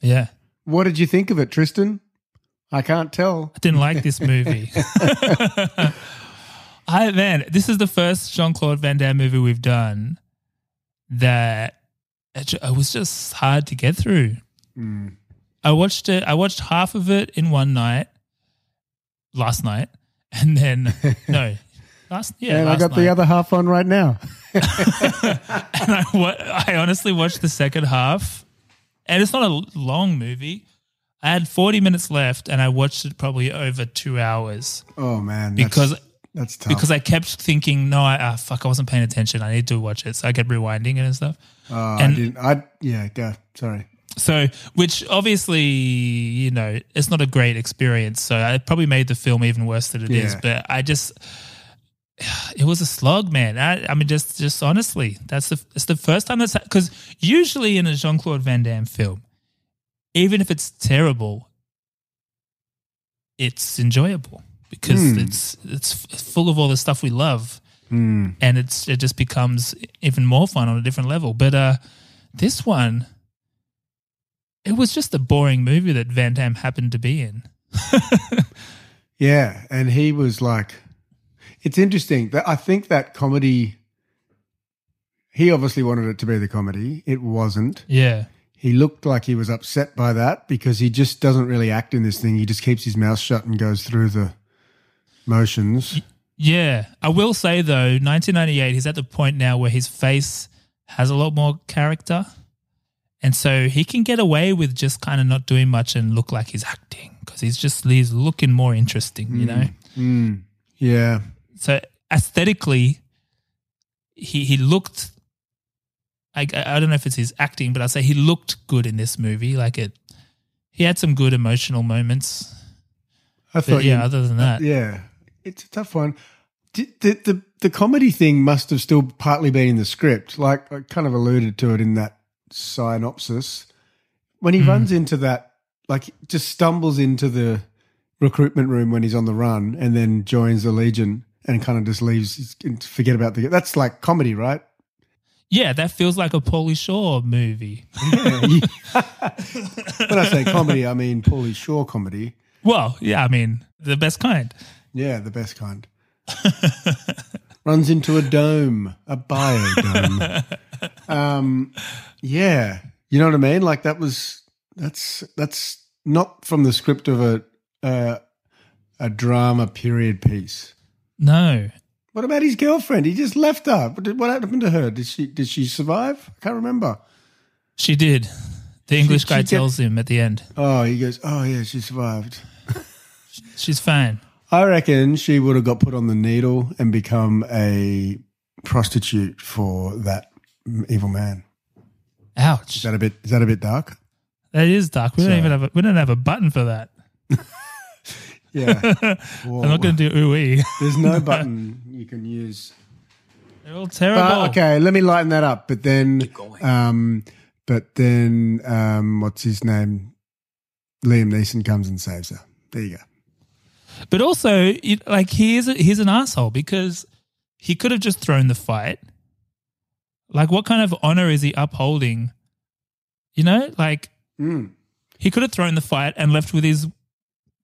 [SPEAKER 4] Yeah.
[SPEAKER 5] what did you think of it, Tristan? I can't tell.
[SPEAKER 4] I didn't like this movie. (laughs) I man, this is the first Jean Claude Van Damme movie we've done that it ju- it was just hard to get through.
[SPEAKER 5] Hmm.
[SPEAKER 4] I watched it. I watched half of it in one night last night, and
[SPEAKER 5] (laughs)
[SPEAKER 4] then no, last yeah,
[SPEAKER 5] and I
[SPEAKER 4] last
[SPEAKER 5] got the
[SPEAKER 4] night.
[SPEAKER 5] other half on right now.
[SPEAKER 4] And I, wa- I honestly watched the second half, and it's not a l- long movie. I had forty minutes left, and I watched it probably over two hours
[SPEAKER 5] Oh man, that's-
[SPEAKER 4] because
[SPEAKER 5] that's tough.
[SPEAKER 4] because I kept thinking, no, I ah, fuck, I wasn't paying attention. I need to watch it, so I kept rewinding it and stuff.
[SPEAKER 5] Oh, I
[SPEAKER 4] and-
[SPEAKER 5] didn't. I yeah, go. Sorry.
[SPEAKER 4] So, which obviously, you know, it's not a great experience. So I probably made the film even worse than it is.
[SPEAKER 5] Yeah.
[SPEAKER 4] But I just, (sighs) it was a slog, man. I, I mean, just, just honestly, that's the it's the first time that's because usually in a Jean Claude Van Damme film, even if it's terrible, it's enjoyable because it's it's full of all the stuff we love,
[SPEAKER 5] Hmm.
[SPEAKER 4] and it's it just becomes even more fun on a different level. But uh, this one it was just a boring movie that Van Damme happened to be in.
[SPEAKER 5] Yeah, and he was like, it's interesting that I think that comedy. He obviously wanted it to be the comedy. It wasn't.
[SPEAKER 4] Yeah.
[SPEAKER 5] he looked like he was upset by that because he just doesn't really act in this thing. He just keeps his mouth shut and goes through the motions.
[SPEAKER 4] Yeah. I will say though, 1998, he's at the point now where his face has a lot more character. And so he can get away with just kind of not doing much and look like he's acting because he's just, he's looking more interesting, you know?
[SPEAKER 5] Yeah.
[SPEAKER 4] so aesthetically, he he looked. I I don't know if it's his acting, but I'd say he looked good in this movie. Like it, he had some good emotional moments.
[SPEAKER 5] I
[SPEAKER 4] But
[SPEAKER 5] thought
[SPEAKER 4] yeah,
[SPEAKER 5] you-
[SPEAKER 4] other than that,
[SPEAKER 5] yeah. It's a tough one. The, the, the, the comedy thing must have still partly been in the script. Like I kind of alluded to it in that synopsis. When he
[SPEAKER 4] Hmm.
[SPEAKER 5] runs into that, like just stumbles into the recruitment room when he's on the run and then joins the Legion and kind of just leaves, forget about the. That's like comedy, right?
[SPEAKER 4] yeah, that feels like a Paulie Shaw movie.
[SPEAKER 5] when I say comedy, I mean Paulie Shaw comedy.
[SPEAKER 4] Well, yeah, I mean the best kind.
[SPEAKER 5] Yeah, the best kind. Runs into a dome, a biodome. um, yeah, you know what I mean. Like that was that's that's not from the script of a uh, a drama period piece.
[SPEAKER 4] No,
[SPEAKER 5] What about his girlfriend? He just left her. What, did, what happened to her? Did she did she survive? I can't remember.
[SPEAKER 4] She did. The English
[SPEAKER 5] she
[SPEAKER 4] guy
[SPEAKER 5] get-
[SPEAKER 4] tells him at the end,
[SPEAKER 5] Oh, he goes. Oh yeah, she survived.
[SPEAKER 4] she's fine.
[SPEAKER 5] I reckon she would have got put on the needle and become a prostitute for that evil man.
[SPEAKER 4] Ouch.
[SPEAKER 5] Is that a bit? Is that a bit dark?
[SPEAKER 4] That is dark. We don't
[SPEAKER 5] Sorry.
[SPEAKER 4] even have a, we don't have a button for that.
[SPEAKER 5] (laughs) Yeah.
[SPEAKER 4] I'm
[SPEAKER 5] Oh.
[SPEAKER 4] not going to do ooey.
[SPEAKER 5] There's no button you can use.
[SPEAKER 4] (laughs) They're all terrible.
[SPEAKER 5] But, okay, let me lighten that up. But then, um, but then, um, what's his name? Liam Neeson comes and saves her. There you go.
[SPEAKER 4] But also, it, like he is a, he's an asshole because he could have just thrown the fight. Like, what kind of honor is he upholding? You know, like
[SPEAKER 5] Hmm.
[SPEAKER 4] he could have thrown the fight and left with his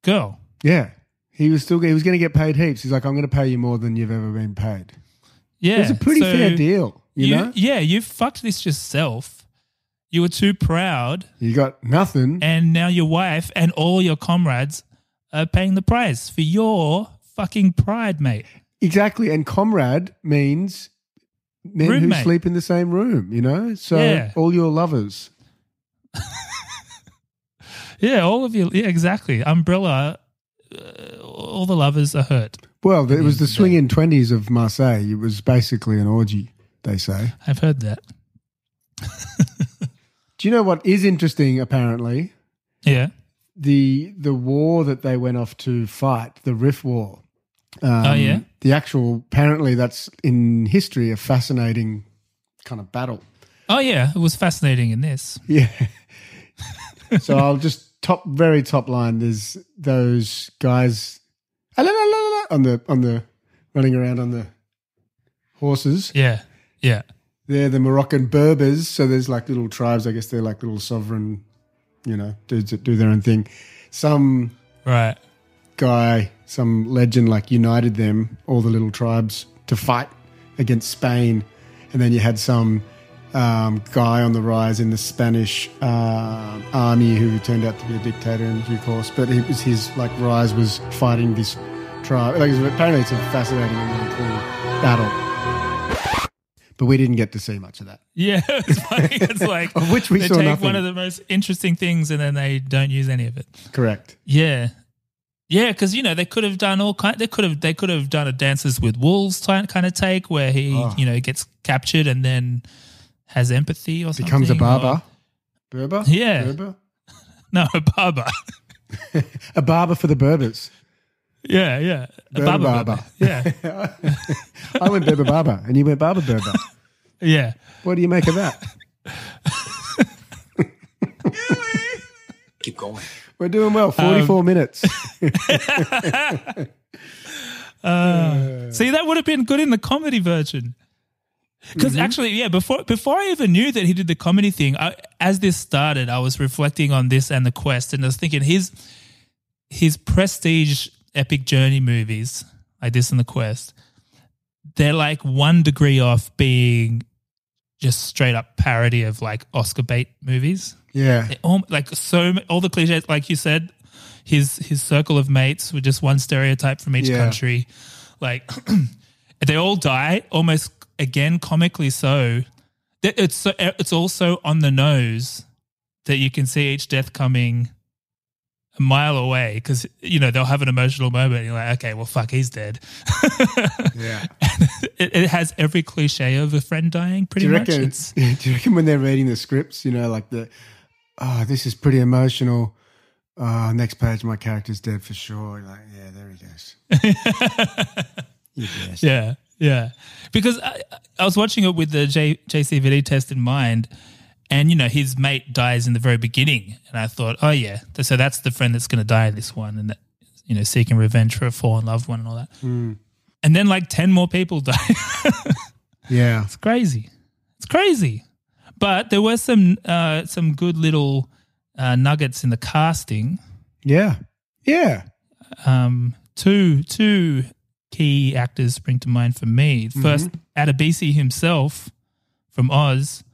[SPEAKER 4] girl.
[SPEAKER 5] Yeah, he was still he was going to get paid heaps. He's like, I'm going to pay you more than you've ever been paid.
[SPEAKER 4] Yeah,
[SPEAKER 5] it was a pretty
[SPEAKER 4] so
[SPEAKER 5] fair deal, you, know.
[SPEAKER 4] yeah, you fucked this yourself. You were too proud,
[SPEAKER 5] You got nothing.
[SPEAKER 4] and now your wife and all your comrades are paying the price for your fucking pride, mate.
[SPEAKER 5] Exactly. And comrade means men
[SPEAKER 4] Roommate.
[SPEAKER 5] who sleep in the same room, you know? So
[SPEAKER 4] Yeah.
[SPEAKER 5] all your lovers.
[SPEAKER 4] Yeah, all of you. Yeah, exactly. Umbrella. Uh, all the lovers are hurt.
[SPEAKER 5] Well, it was the swinging 20s of Marseille. It was basically an orgy, they say.
[SPEAKER 4] I've heard that.
[SPEAKER 5] Do you know what is interesting, apparently?
[SPEAKER 4] Yeah.
[SPEAKER 5] The, the war that they went off to fight, the Rif War. Um,
[SPEAKER 4] Oh, yeah?
[SPEAKER 5] The actual, apparently, that's in history a fascinating kind of battle.
[SPEAKER 4] Oh yeah, it was fascinating in this.
[SPEAKER 5] Yeah. (laughs) so I'll just top very top line. There's those guys "Ah, la, la, la, la, la," on the on the running around on the horses.
[SPEAKER 4] Yeah. Yeah.
[SPEAKER 5] They're the Moroccan Berbers. So there's like little tribes. I guess they're like little sovereign, you know, dudes that do their own thing. Some
[SPEAKER 4] Right.
[SPEAKER 5] guy, some legend, like united them, all the little tribes, to fight against Spain. And then you had some um, guy on the rise in the Spanish um army who turned out to be a dictator in due course. But it was his like rise was fighting this tribe. Like, apparently, it's a fascinating and really cool battle. But we didn't get to see much of that.
[SPEAKER 4] Yeah. (laughs) It's funny.
[SPEAKER 5] (laughs)
[SPEAKER 4] It's like
[SPEAKER 5] Of which we
[SPEAKER 4] they
[SPEAKER 5] saw
[SPEAKER 4] take
[SPEAKER 5] nothing.
[SPEAKER 4] one of the most interesting things and then they don't use any of it.
[SPEAKER 5] Correct.
[SPEAKER 4] Yeah. Yeah, because you know they could have done all kind. They could have they could have done a Dances with Wolves ti- kind of take where he
[SPEAKER 5] Ah.
[SPEAKER 4] you know gets captured and then has empathy or something.
[SPEAKER 5] Becomes a
[SPEAKER 4] or-
[SPEAKER 5] barber. Berber?
[SPEAKER 4] Yeah.
[SPEAKER 5] Berber?
[SPEAKER 4] (laughs) no, a barber.
[SPEAKER 5] A barber for the Berbers.
[SPEAKER 4] yeah, yeah. A
[SPEAKER 5] Berber barber.
[SPEAKER 4] Yeah,
[SPEAKER 5] I went Berber Barber and you went Barber Berber.
[SPEAKER 4] yeah.
[SPEAKER 5] What do you make of that?
[SPEAKER 3] Keep going.
[SPEAKER 5] We're doing
[SPEAKER 4] Um,
[SPEAKER 5] well. Forty-four
[SPEAKER 4] (laughs)
[SPEAKER 5] minutes.
[SPEAKER 4] See, that would have been good in the comedy version. Because actually, yeah, before before I even knew that he did the comedy thing, I, as this started, I was reflecting on this and the quest, and I was thinking his his prestige epic journey movies like this and the quest, they're like one degree off being just straight up parody of like Oscar bait movies.
[SPEAKER 5] Yeah,
[SPEAKER 4] They all, like so ma- all the cliches, like you said, his his circle of mates were just one stereotype from each
[SPEAKER 5] Yeah.
[SPEAKER 4] country. Like (clears throat) they all die almost again comically so. That It's so, e, it's also on the nose that you can see each death coming a mile away because you know they'll have an emotional moment. And you're like, okay, well, fuck, he's dead. (laughs)
[SPEAKER 5] yeah.
[SPEAKER 4] it, it has every cliche of a friend dying,
[SPEAKER 5] Do
[SPEAKER 4] pretty
[SPEAKER 5] you
[SPEAKER 4] much.
[SPEAKER 5] reckon?
[SPEAKER 4] It's,
[SPEAKER 5] (laughs) do you reckon when they're reading the scripts, you know, like the, oh, this is pretty emotional. Oh, next page, my character's dead for sure. Like, yeah, there he goes.
[SPEAKER 4] Yeah, yeah. Because I, I was watching it with the J, JCVD test in mind, and you know his mate dies in the very beginning, and I thought, oh yeah, th- so that's the friend that's going to die in this one, and that, you know seeking revenge for a fallen loved one and all that. And then like ten more people (laughs) die.
[SPEAKER 5] Yeah,
[SPEAKER 4] it's crazy. It's crazy. But there were some uh, some good little uh, nuggets in the casting.
[SPEAKER 5] yeah, yeah.
[SPEAKER 4] um, two two key actors spring to mind for me. 1st Adebisi himself from Oz,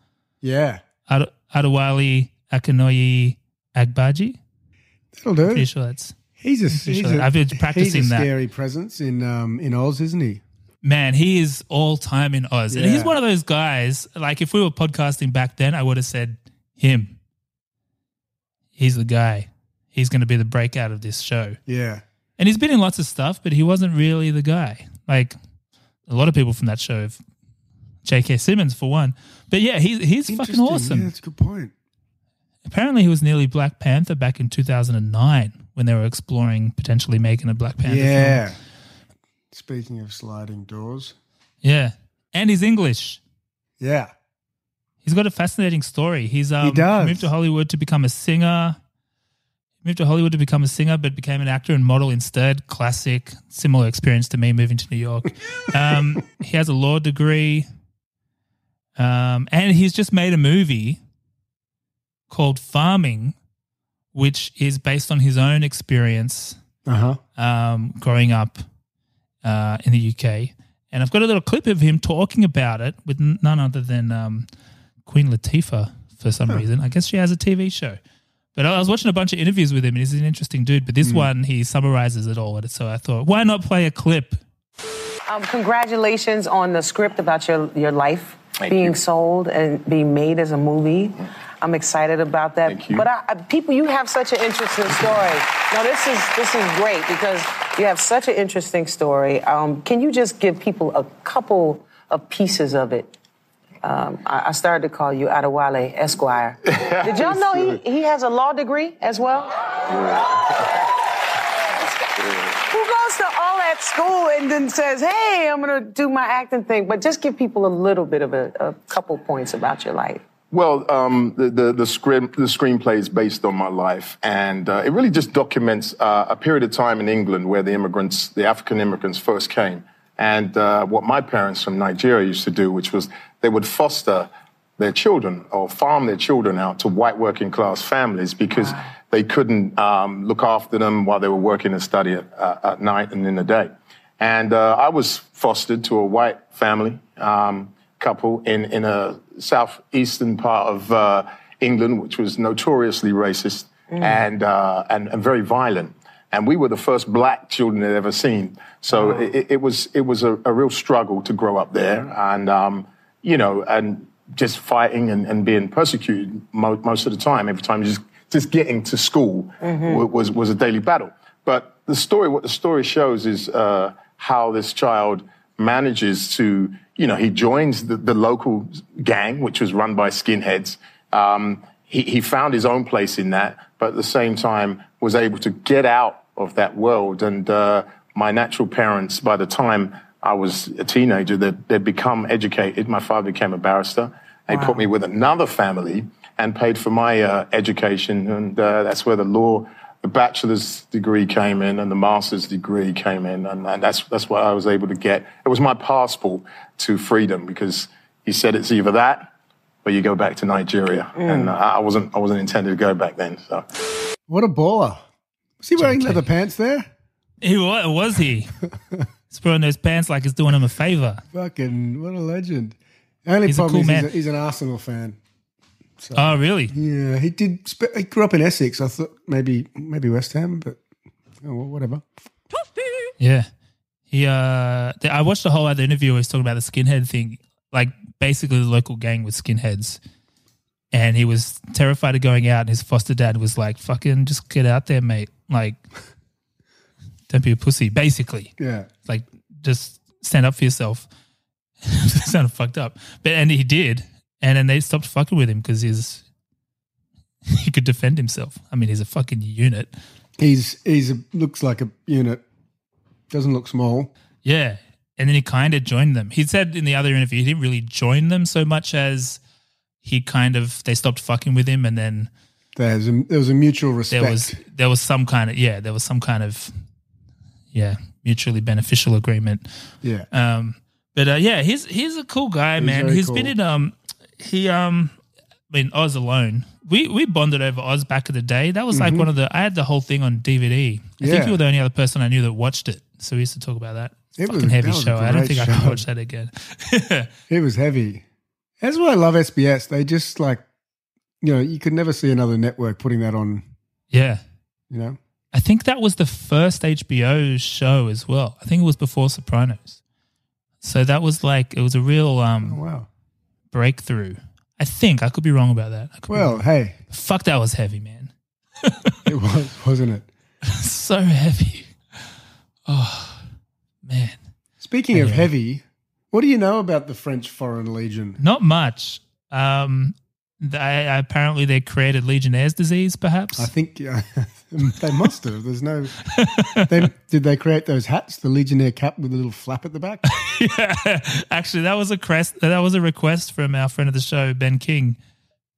[SPEAKER 5] Yeah,
[SPEAKER 4] Ad- Adewale Akinoyi Agbaji.
[SPEAKER 5] that'll do.
[SPEAKER 4] Pretty sure that's
[SPEAKER 5] He's a,
[SPEAKER 4] pretty
[SPEAKER 5] he's
[SPEAKER 4] sure.
[SPEAKER 5] a
[SPEAKER 4] I've been practicing
[SPEAKER 5] he's a
[SPEAKER 4] that.
[SPEAKER 5] scary presence in um in Oz, isn't he?
[SPEAKER 4] man, he is all time in Oz. And
[SPEAKER 5] Yeah.
[SPEAKER 4] he's one of those guys, like if we were podcasting back then, I would have said him. He's the guy. He's going to be the breakout of this show.
[SPEAKER 5] Yeah.
[SPEAKER 4] And he's been in lots of stuff, but he wasn't really the guy. Like a lot of people from that show, have- J.K. Simmons for one. But yeah, he, he's fucking
[SPEAKER 5] Interesting.
[SPEAKER 4] awesome.
[SPEAKER 5] Yeah, that's a good point.
[SPEAKER 4] Apparently, he was nearly Black Panther back in 2009 when they were exploring potentially making a Black Panther film.
[SPEAKER 5] yeah. Speaking of sliding doors.
[SPEAKER 4] Yeah. And he's English.
[SPEAKER 5] Yeah.
[SPEAKER 4] He's got a fascinating story. He's um,
[SPEAKER 5] does.
[SPEAKER 4] moved to Hollywood to become a singer. Moved to Hollywood to become a singer, but became an actor and model instead. Classic, similar experience to me moving to New York. um, he has a law degree, um, and he's just made a movie called Farming, which is based on his own experience
[SPEAKER 5] Uh huh.
[SPEAKER 4] um, growing up uh, in the UK. And I've got a little clip of him talking about it with n- none other than um, Queen Latifah for some reason. I guess she has a TV show. But I was watching a bunch of interviews with him, and he's an interesting dude. But this one, he summarizes it all. So I thought, why not play a clip?
[SPEAKER 9] Um, congratulations on the script about your, your life
[SPEAKER 2] Thank
[SPEAKER 9] being
[SPEAKER 2] you.
[SPEAKER 9] sold and being made as a movie. I'm excited about that.
[SPEAKER 2] Thank you.
[SPEAKER 9] But I, I, people, you have such an interesting story. Now, this is this is great because you have such an interesting story. Um, can you just give people a couple of pieces of it? Um, I, I started to call you Adewale
[SPEAKER 2] (laughs)
[SPEAKER 9] Esquire. Did y'all know he, he has a law degree as well? Who goes to all that school and then says, hey, I'm going to do my acting thing? But just give people a little bit of a, a couple points about your life.
[SPEAKER 10] Well, um, the, the, the, script, the screenplay is based on my life, and uh, it really just documents uh, a period of time in England where the immigrants, the African immigrants, first came. And uh, what my parents from Nigeria used to do, which was they would foster their children or farm their children out to white working class families because they couldn't um, look after them while they were working and study at, uh, at night and in the day. And uh, I was fostered to a white family. Um, couple in, in a southeastern part of uh, England, which was notoriously racist and, uh, and, and very violent. And we were the first black children they'd ever seen. So it, it was, it was a, a real struggle to grow up there and, um, you know, and just fighting and, and being persecuted mo- most of the time. Every time just, just getting to school wa- was, was a daily battle. But the story, what the story shows is uh, how this child manages to, you know, he joins the, the local gang, which was run by skinheads. Um, he, he found his own place in that, but at the same time was able to get out of that world. And uh, my natural parents, by the time I was a teenager, they'd, they'd become educated. My father became a barrister. They put me with another family and paid for my uh, education. And uh, that's where the law, the bachelor's degree came in and the master's degree came in. And, and that's, that's what I was able to get. It was my passport to freedom because he said it's either that or you go back to Nigeria. And uh, I I wasn't, I wasn't intended to go back then. So.
[SPEAKER 5] What a baller. Was he wearing leather pants there?
[SPEAKER 4] He was, was he? he's putting those pants like he's doing him a favor.
[SPEAKER 5] Fucking, what a legend. Only
[SPEAKER 4] He's a
[SPEAKER 5] problem
[SPEAKER 4] cool
[SPEAKER 5] is
[SPEAKER 4] man.
[SPEAKER 5] He's, a, he's an Arsenal fan.
[SPEAKER 4] Oh, really?
[SPEAKER 5] Yeah, he did. sp- He grew up in Essex. I thought maybe maybe West Ham, but oh, well, whatever.
[SPEAKER 4] Yeah. He uh th- I watched the whole other interview where he's talking about the skinhead thing. Like basically the local gang with skinheads. And he was terrified of going out and his foster dad was like, Fucking just get out there, mate. Like don't be a pussy, basically.
[SPEAKER 5] Yeah.
[SPEAKER 4] Like just stand up for yourself. (laughs) That sounded fucked up. But and he did. And then they stopped fucking with him because he's (laughs) he could defend himself. I mean he's a fucking unit.
[SPEAKER 5] He's he's a, looks like a unit. Doesn't look small.
[SPEAKER 4] Yeah. And then he kind of joined them. He said in the other interview, he didn't really join them so much as he kind of, they stopped fucking with him. And then
[SPEAKER 5] There's a, there was a mutual
[SPEAKER 4] there
[SPEAKER 5] respect.
[SPEAKER 4] was, there was some kind of, yeah, there was some kind of, yeah, mutually beneficial agreement.
[SPEAKER 5] yeah.
[SPEAKER 4] Um, but uh, yeah, he's, he's a cool guy, man.
[SPEAKER 5] very
[SPEAKER 4] He's been
[SPEAKER 5] cool.
[SPEAKER 4] in, um, he, um, I mean, Oz alone. We, we bonded over Oz back in the day. That was like one of the, I had the whole thing on DVD. I
[SPEAKER 5] Mm-hmm. Yeah.
[SPEAKER 4] think you were the only other person I knew that watched it. So we used to talk about that.
[SPEAKER 5] It was-
[SPEAKER 4] Fucking heavy
[SPEAKER 5] that was a
[SPEAKER 4] show. I don't
[SPEAKER 5] great
[SPEAKER 4] think I can
[SPEAKER 5] show.
[SPEAKER 4] watch that again. (laughs)
[SPEAKER 5] It was heavy. That's why I love SBS. They just like, you know, you could never see another network putting that on.
[SPEAKER 4] Yeah.
[SPEAKER 5] You know,
[SPEAKER 4] I think that was the first HBO show as well. I think it was before Sopranos. So that was like it was a real um,
[SPEAKER 5] Oh, Wow.
[SPEAKER 4] breakthrough. I think I could be wrong about that. I could be
[SPEAKER 5] Well, hey,
[SPEAKER 4] wrong. fuck, that was heavy, man.
[SPEAKER 5] it was, (laughs) wasn't it?
[SPEAKER 4] so heavy. Oh man,
[SPEAKER 5] Speaking of heavy, what do you know about the French Foreign Legion?
[SPEAKER 4] not much. Um, th- I, apparently they created Legionnaire's disease, perhaps.
[SPEAKER 5] I think (laughs) yeah, they must have. There's no. They, did they create those hats, the Legionnaire cap with a little flap at the back?
[SPEAKER 4] yeah. (laughs) Actually, that was a crest, that was a request from our friend of the show, Ben King,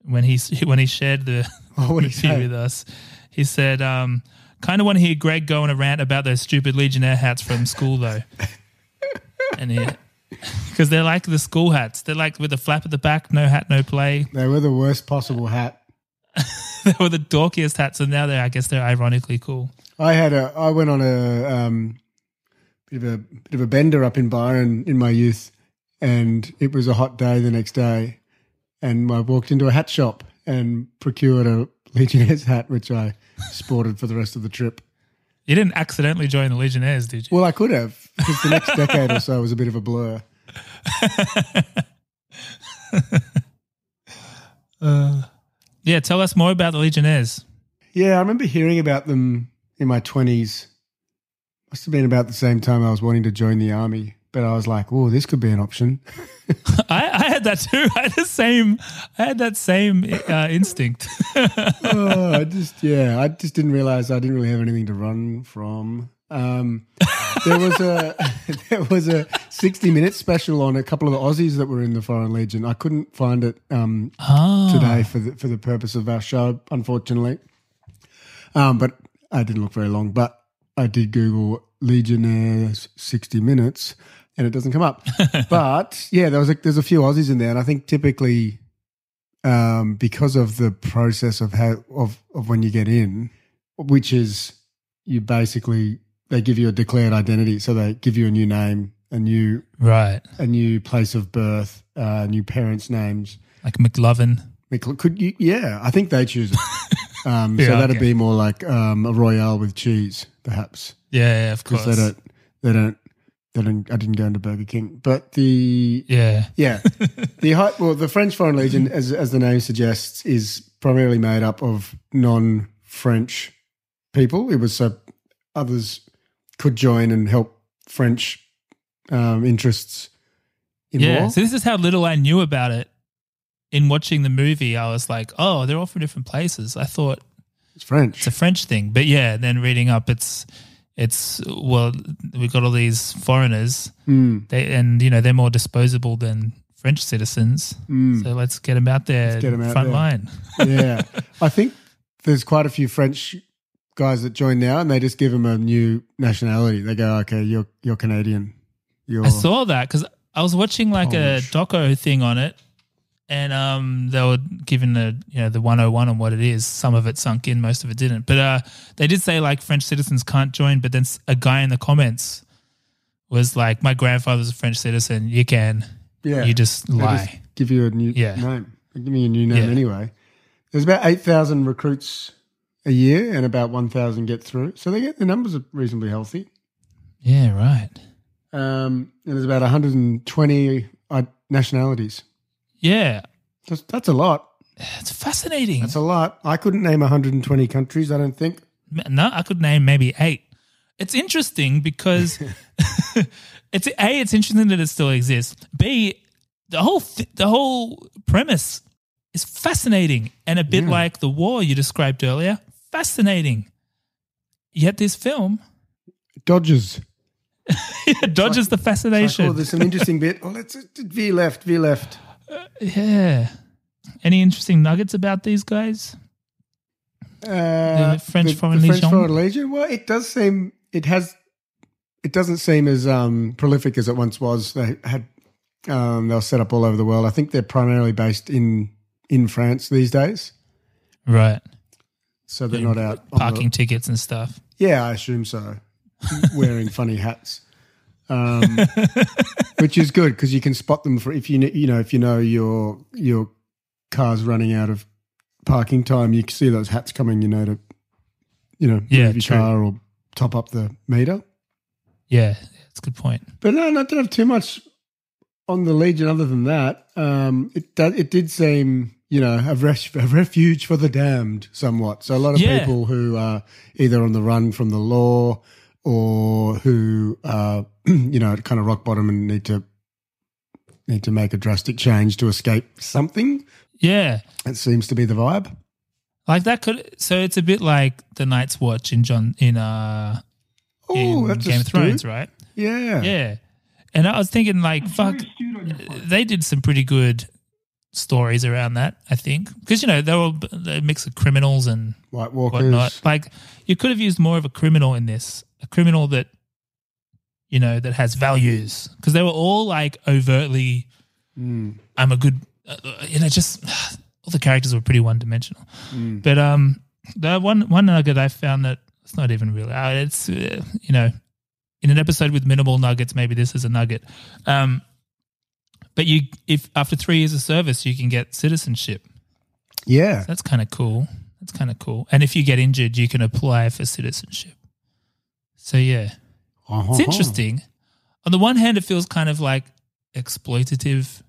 [SPEAKER 4] when he (laughs) when he shared the
[SPEAKER 5] Oh, what'd he
[SPEAKER 4] review
[SPEAKER 5] say?
[SPEAKER 4] with us. He said, um, "Kind of want to hear Greg go on a rant about those stupid Legionnaire hats from school, though." and he, (laughs) because they're like the school hats, they're like with the flap at the back, no hat, no play.
[SPEAKER 5] They were the worst possible hat.
[SPEAKER 4] (laughs) they were the dorkiest hats, and now they, are I guess, they're ironically cool.
[SPEAKER 5] I had a. I went on a um, bit of a bit of a bender up in Byron in my youth, and it was a hot day the next day, and I walked into a hat shop and procured a Legionnaire's hat, which I sported for the rest of the trip.
[SPEAKER 4] You didn't accidentally join the Legionnaires, did you?
[SPEAKER 5] Well, I could have because the next decade or so was a bit of a blur. Uh,
[SPEAKER 4] Yeah, tell us more about the Legionnaires. (laughs)
[SPEAKER 5] Yeah, I remember hearing about them in my twenties. Must have been about the same time I was wanting to join the army, but I was like, "Oh, this could be an option."
[SPEAKER 4] I, I had that too. (laughs) I had the same. I had that same uh, instinct. (laughs)
[SPEAKER 5] oh, I just yeah, I just didn't realize I didn't really have anything to run from. Um, there was a (laughs) there was a sixty minute special on a couple of the Aussies that were in the Foreign Legion. I couldn't find it um, today for the for the purpose of our show, unfortunately. Um, but I didn't look very long. But I did Google Legionnaires sixty minutes, and it doesn't come up. but yeah, there was a, there's a few Aussies in there, and I think typically um, because of the process of how of of when you get in, which is you basically they give you a declared identity, so they give you a new name, a new
[SPEAKER 4] right,
[SPEAKER 5] a new place of birth, uh, new parents' names.
[SPEAKER 4] like McLovin.
[SPEAKER 5] Mick- Could you? Yeah, I think they
[SPEAKER 4] (laughs)
[SPEAKER 5] choose it. Um, so
[SPEAKER 4] Yeah,
[SPEAKER 5] that'd
[SPEAKER 4] okay.
[SPEAKER 5] be more like um, a royale with cheese, perhaps,
[SPEAKER 4] Yeah, yeah of
[SPEAKER 5] because
[SPEAKER 4] course.
[SPEAKER 5] they don't, they don't, they don't. I didn't go into Burger King, but the
[SPEAKER 4] yeah, (laughs)
[SPEAKER 5] yeah. The high, well, the French Foreign Legion, as as the name suggests, is primarily made up of non-French people. It was so others could join and help French um, interests in
[SPEAKER 4] yeah.
[SPEAKER 5] war.
[SPEAKER 4] So this is how little I knew about it. In watching the movie, I was like, "Oh, they're all from different places." I thought
[SPEAKER 5] It's French.
[SPEAKER 4] it's a French thing, but yeah. Then reading up, it's it's well, we got all these foreigners,
[SPEAKER 5] Mm.
[SPEAKER 4] they and you know they're more disposable than French citizens. So let's get them out there,
[SPEAKER 5] Hmm. get 'em out
[SPEAKER 4] front
[SPEAKER 5] there.
[SPEAKER 4] line. (laughs)
[SPEAKER 5] yeah, I think there's quite a few French guys that join now, and they just give them a new nationality. They go, "Okay, you're you're Canadian." You're,
[SPEAKER 4] I saw that because I was watching like a doco thing on it, and um, they were given the you know the one hundred and one on what it is. Some of it sunk in, most of it didn't. But uh, they did say like French citizens can't join. But then s- a guy in the comments was like, "My grandfather's a French citizen. You can.
[SPEAKER 5] Yeah.
[SPEAKER 4] You just
[SPEAKER 5] They
[SPEAKER 4] lie."
[SPEAKER 5] just give you a new
[SPEAKER 4] Yeah.
[SPEAKER 5] name. They give me a new name
[SPEAKER 4] Yeah.
[SPEAKER 5] anyway. There's about 8,000 recruits a year and about 1,000 get through. So they get the numbers are reasonably healthy.
[SPEAKER 4] yeah, right.
[SPEAKER 5] Um, and there's about 120 uh, nationalities.
[SPEAKER 4] Yeah,
[SPEAKER 5] That's, that's a lot.
[SPEAKER 4] it's fascinating.
[SPEAKER 5] That's a lot. I couldn't name 120 countries, I don't think.
[SPEAKER 4] No, I could name maybe eight. It's interesting
[SPEAKER 5] (laughs)
[SPEAKER 4] because (laughs) it's a. It's interesting that it still exists. B. The whole th- the whole premise is fascinating and a bit like the war you described earlier. Fascinating. Yet this film (laughs)
[SPEAKER 5] Dodges.
[SPEAKER 4] dodges the
[SPEAKER 5] I call
[SPEAKER 4] fascination.
[SPEAKER 5] there's an
[SPEAKER 4] (laughs)
[SPEAKER 5] interesting bit. Oh, let's V left, V left.
[SPEAKER 4] yeah. Any interesting nuggets about these guys?
[SPEAKER 5] Uh,
[SPEAKER 4] The French Foreign
[SPEAKER 5] French
[SPEAKER 4] Legion?
[SPEAKER 5] Foreign Legion. Well, it does seem it has. It doesn't seem as um, prolific as it once was. They had um, they were set up all over the world. I think they're primarily based in in France these days,
[SPEAKER 4] Right.
[SPEAKER 5] so they're not out on the-
[SPEAKER 4] Parking tickets and stuff.
[SPEAKER 5] yeah, I assume so. Wearing funny hats, um, (laughs) which is good because you can spot them for if you kn- you know if you know your your car's running out of parking time, you can see those hats coming. You know to you know
[SPEAKER 4] Yeah,
[SPEAKER 5] move your
[SPEAKER 4] true.
[SPEAKER 5] car or top up the meter.
[SPEAKER 4] Yeah. That's a good point.
[SPEAKER 5] But no, I don't have too much on the Legion, other than that, um, it do, it did seem you know a, res- a refuge for the damned, somewhat. So a lot of
[SPEAKER 4] Yeah.
[SPEAKER 5] people who are either on the run from the law or who are (clears throat) you know at kind of rock bottom and need to need to make a drastic change to escape something.
[SPEAKER 4] Yeah.
[SPEAKER 5] It seems to be the vibe.
[SPEAKER 4] Like that could so it's a bit like the Night's Watch in John in uh in
[SPEAKER 5] Oh, that's
[SPEAKER 4] Game
[SPEAKER 5] a
[SPEAKER 4] of Thrones,
[SPEAKER 5] stew.
[SPEAKER 4] right?
[SPEAKER 5] Yeah.
[SPEAKER 4] Yeah. And I was thinking like fuck they did some pretty good stories around that, I think. Because you know, they were a mix of criminals and
[SPEAKER 5] White
[SPEAKER 4] whatnot.
[SPEAKER 5] Walkers.
[SPEAKER 4] Like you could have used more of a criminal in this, a criminal that you know that has values, because they were all like overtly, "I'm a good," uh, uh, you know. Just (sighs) all the characters were pretty one dimensional. But um, the one one nugget I found that it's not even real. Uh, it's uh, you know, in an episode with minimal nuggets, maybe this is a nugget. Um, but you, if after three years of service, you can get citizenship.
[SPEAKER 5] Yeah.
[SPEAKER 4] That's kind of cool. That's kind of cool. And if you get injured, you can apply for citizenship. So yeah,
[SPEAKER 5] Uh-huh.
[SPEAKER 4] it's interesting. On the one hand, it feels kind of like exploitative,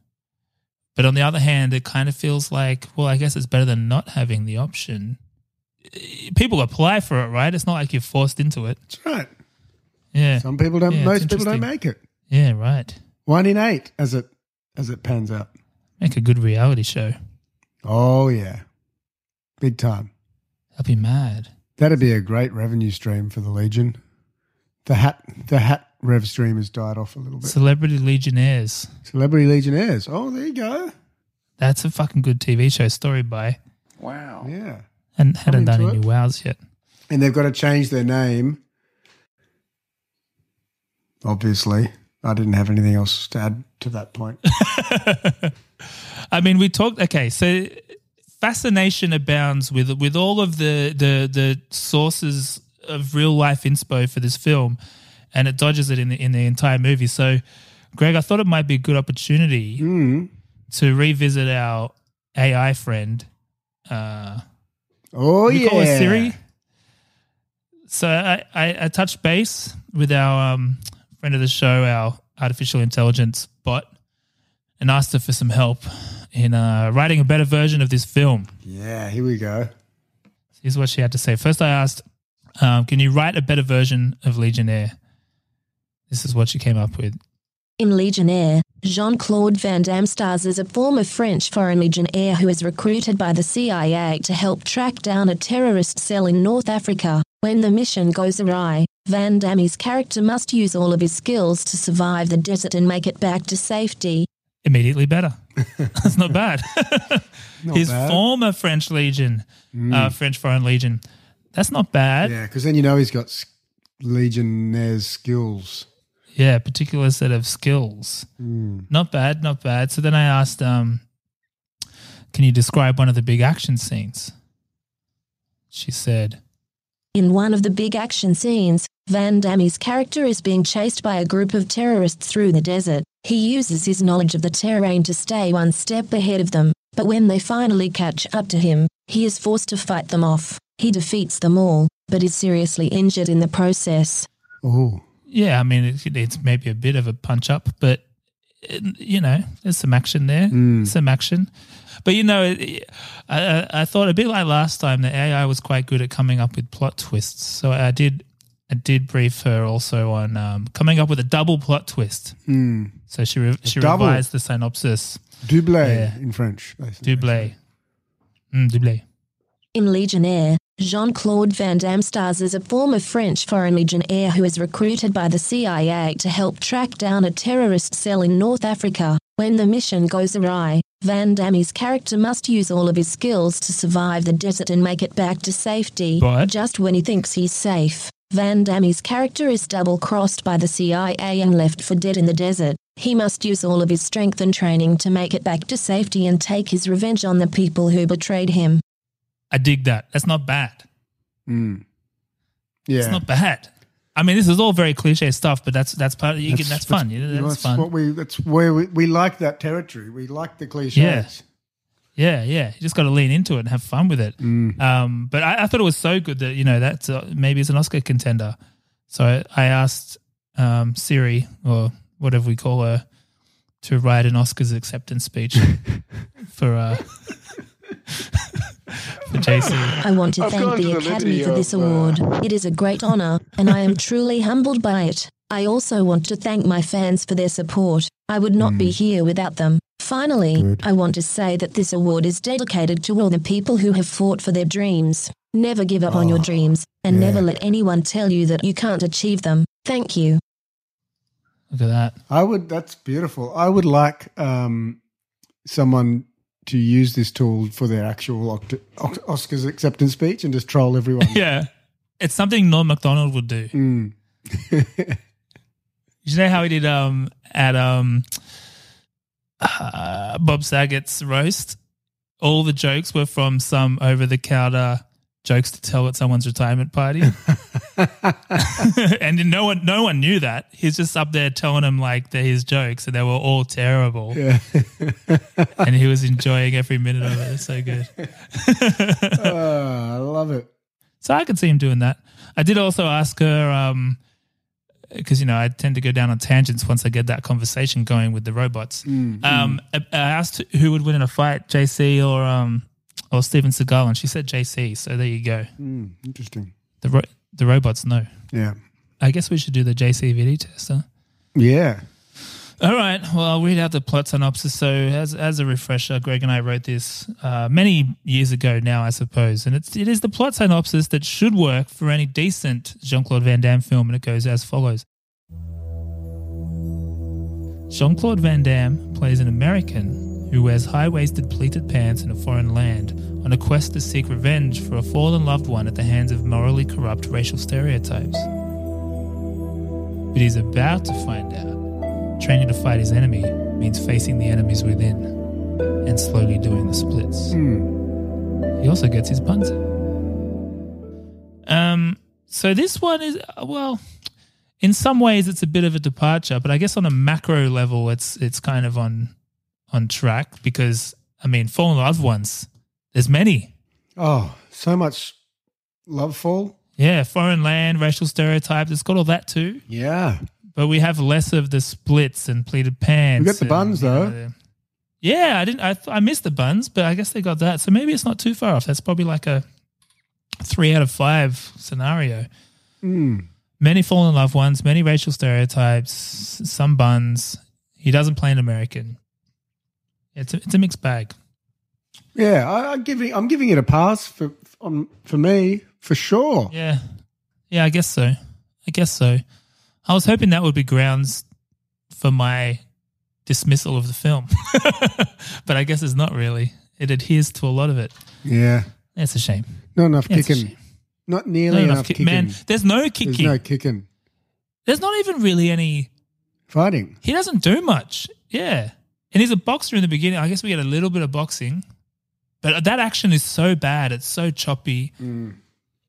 [SPEAKER 4] but on the other hand, it kind of feels like well, I guess it's better than not having the option. Eh, People apply for it, right? It's not like you're forced into it.
[SPEAKER 5] That's right.
[SPEAKER 4] Yeah,
[SPEAKER 5] Some people don't.
[SPEAKER 4] Yeah, it's
[SPEAKER 5] most people don't
[SPEAKER 4] interesting.
[SPEAKER 5] make it.
[SPEAKER 4] yeah, right.
[SPEAKER 5] One in eight, as it as it pans out.
[SPEAKER 4] Make a good reality show.
[SPEAKER 5] Oh yeah, big time.
[SPEAKER 4] I'll be mad.
[SPEAKER 5] That'd be a great revenue stream for the Legion. The hat, the hat rev stream has died off a little bit.
[SPEAKER 4] Celebrity Legionnaires.
[SPEAKER 5] Celebrity Legionnaires. Oh, there you go.
[SPEAKER 4] That's a fucking good TV show. Story by
[SPEAKER 3] Wow.
[SPEAKER 5] Yeah,
[SPEAKER 4] and hadn't done
[SPEAKER 5] into
[SPEAKER 4] any
[SPEAKER 5] it.
[SPEAKER 4] wows yet.
[SPEAKER 5] and they've got to change their name. Obviously, I didn't have anything else to add to
[SPEAKER 4] (laughs)
[SPEAKER 5] that point.
[SPEAKER 4] I mean, we talked. Okay, so fascination abounds with with all of the the the sources of real life inspo for this film, and it dodges it in the in the entire movie. So, Greg, I thought it might be a good opportunity to revisit our AI friend. Uh,
[SPEAKER 5] Oh
[SPEAKER 4] you
[SPEAKER 5] yeah,
[SPEAKER 4] call her Siri. So I, I, I touched base with our um, friend of the show, our artificial intelligence bot, and asked her for some help in uh, writing a better version of this film.
[SPEAKER 5] Yeah, here we go.
[SPEAKER 4] Here's what she had to say. First, I asked, um, "Can you write a better version of Legionnaire?" This is what she came up with.
[SPEAKER 10] In Legionnaire, Jean Claude Van Damme stars as a former French Foreign Legionnaire who is recruited by the CIA to help track down a terrorist cell in North Africa. When the mission goes awry, Van Damme's character must use all of his skills to survive the desert and make it back to safety.
[SPEAKER 4] immediately better. (laughs) That's not
[SPEAKER 5] (laughs)
[SPEAKER 4] bad. His
[SPEAKER 5] bad. Mm.
[SPEAKER 4] former French Legion, uh, French Foreign Legion. That's not bad. Yeah.
[SPEAKER 5] Yeah, because then you know he's got s- Legionnaires skills.
[SPEAKER 4] particular set of skills. Not bad, not bad. So then I asked, um, can you describe one of the big action scenes? She said,
[SPEAKER 10] In one of the big action scenes, Van Damme's character is being chased by a group of terrorists through the desert. He uses his knowledge of the terrain to stay one step ahead of them, but when they finally catch up to him, he is forced to fight them off. He defeats them all, but is seriously injured in the process.
[SPEAKER 5] Oh,
[SPEAKER 4] yeah, I mean, it's, it's maybe a bit of a punch up, but eh, you know, there's some action there, some action. But you know, it- I, I- I thought a bit like last time that AI was quite good at coming up with plot twists. So I did, I did brief her also on um, coming up with a double plot twist. So she re- she
[SPEAKER 5] double.
[SPEAKER 4] revised the synopsis.
[SPEAKER 5] double
[SPEAKER 4] Yeah.
[SPEAKER 5] in French. they say.
[SPEAKER 4] Double, mm, double.
[SPEAKER 10] In Legionnaire, Jean Claude Van Damme stars as a former French Foreign Legionnaire who is recruited by the CIA to help track down a terrorist cell in North Africa. When the mission goes awry, Van Damme's character must use all of his skills to survive the desert and make it back to safety.
[SPEAKER 4] But-
[SPEAKER 10] Just when he thinks he's safe, Van Damme's character is double crossed by the CIA and left for dead in the desert. He must use all of his strength and training to make it back to safety and take his revenge on the people who betrayed him.
[SPEAKER 4] I dig that. That's not bad.
[SPEAKER 5] Mm. Yeah,
[SPEAKER 4] It's not bad. I mean, this is all very cliche stuff, but that's that's part. Of, you can, that's fun. you know,
[SPEAKER 5] that's
[SPEAKER 4] that's fun.
[SPEAKER 5] What we, that's where we, we like that territory. We like the cliches.
[SPEAKER 4] Yeah. Yeah, yeah. You just got to lean into it and have fun with it. Um, but I, I thought it was so good that you know that's uh, maybe it's an Oscar contender. So I, I asked um, Siri or whatever we call her to write an Oscars acceptance speech for uh, (laughs) for JC.
[SPEAKER 11] I want to
[SPEAKER 4] I've
[SPEAKER 11] thank
[SPEAKER 4] gone
[SPEAKER 11] the
[SPEAKER 4] to the uh,
[SPEAKER 11] Academy
[SPEAKER 4] liberty
[SPEAKER 11] for this award. It is a great honor, and I am
[SPEAKER 4] (laughs)
[SPEAKER 11] truly humbled by it. I also want to thank my fans for their support. I would not be here without them. Finally, I want to say that this award is dedicated to all the people who have fought for their dreams. Never give up on your dreams, and never let anyone tell you that you can't achieve them. Thank you.
[SPEAKER 4] Look at that.
[SPEAKER 5] I would. That's beautiful. I would like um, someone to use this tool for their actual Oct- Oct- Oscars acceptance speech and just troll everyone.
[SPEAKER 4] (laughs) Yeah. It's something Norm MacDonald would do. (laughs) you know how he did um at um uh, Bob Saget's roast? All the jokes were from some over the counter jokes to tell at someone's retirement party. (laughs) and no one no one knew that. He's just up there telling them like they're his jokes and they were all terrible.
[SPEAKER 5] Yeah.
[SPEAKER 4] and he was enjoying every minute of it. It's so good.
[SPEAKER 5] Ah, I love it.
[SPEAKER 4] So I could see him doing that. I did also ask her, um, because you know I tend to go down on tangents once I get that conversation going with the robots. Um, I, I asked who would win in a fight, JC or um, or Steven Seagal, and she said JC. So there you go.
[SPEAKER 5] Mm, interesting.
[SPEAKER 4] The ro- the robots know.
[SPEAKER 5] Yeah.
[SPEAKER 4] I guess we should do the JCVD test. Huh?
[SPEAKER 5] Yeah.
[SPEAKER 4] All right. Well, I'll read out the plot synopsis. So, as as a refresher, Greg and I wrote this uh, many years ago now, I suppose, and it's it is the plot synopsis that should work for any decent Jean Claude Van Damme film, and it goes as follows: Jean Claude Van Damme plays an American who wears high waisted pleated pants in a foreign land on a quest to seek revenge for a fallen loved one at the hands of morally corrupt racial stereotypes. But he's about to find out. Training to fight his enemy means facing the enemies within and slowly doing the splits. He also gets his puns. in. Um, so this one is uh, well, in some ways it's a bit of a departure, but I guess on a macro level, it's it's kind of on on track because I mean, fallen loved ones. There's many.
[SPEAKER 5] Oh, so much love fall.
[SPEAKER 4] Yeah, foreign land, racial stereotypes. It's got all that too.
[SPEAKER 5] Yeah.
[SPEAKER 4] But we have less of the splits and pleated pants.
[SPEAKER 5] We got the
[SPEAKER 4] and,
[SPEAKER 5] buns
[SPEAKER 4] you know,
[SPEAKER 5] though.
[SPEAKER 4] the- yeah, I didn't. I, th- I missed the buns, but I guess they got that. So maybe it's not too far off. That's probably like a three out of five scenario.
[SPEAKER 5] Mm.
[SPEAKER 4] Many fallen loved ones, many racial stereotypes, s- some buns. He doesn't play an American. It's a, it's a mixed bag.
[SPEAKER 5] Yeah, I, I'm giving I'm giving it a pass for on for me for sure.
[SPEAKER 4] Yeah. Yeah, I guess so. I guess so. I was hoping that would be grounds for my dismissal of the film. (laughs) but I guess it's not really. It adheres to a lot of it.
[SPEAKER 5] Yeah,
[SPEAKER 4] That's a shame.
[SPEAKER 5] not enough
[SPEAKER 4] Yeah, it's a
[SPEAKER 5] kicking, not nearly
[SPEAKER 4] Not
[SPEAKER 5] enough,
[SPEAKER 4] enough ki-
[SPEAKER 5] kicking.
[SPEAKER 4] man, there's no
[SPEAKER 5] There's
[SPEAKER 4] kicking.
[SPEAKER 5] no kicking,
[SPEAKER 4] There's not even really any.
[SPEAKER 5] fighting.
[SPEAKER 4] He doesn't do much. Yeah. And he's a boxer in the beginning. I guess we get a little bit of boxing. But that action is so bad. It's so choppy.
[SPEAKER 5] Mm.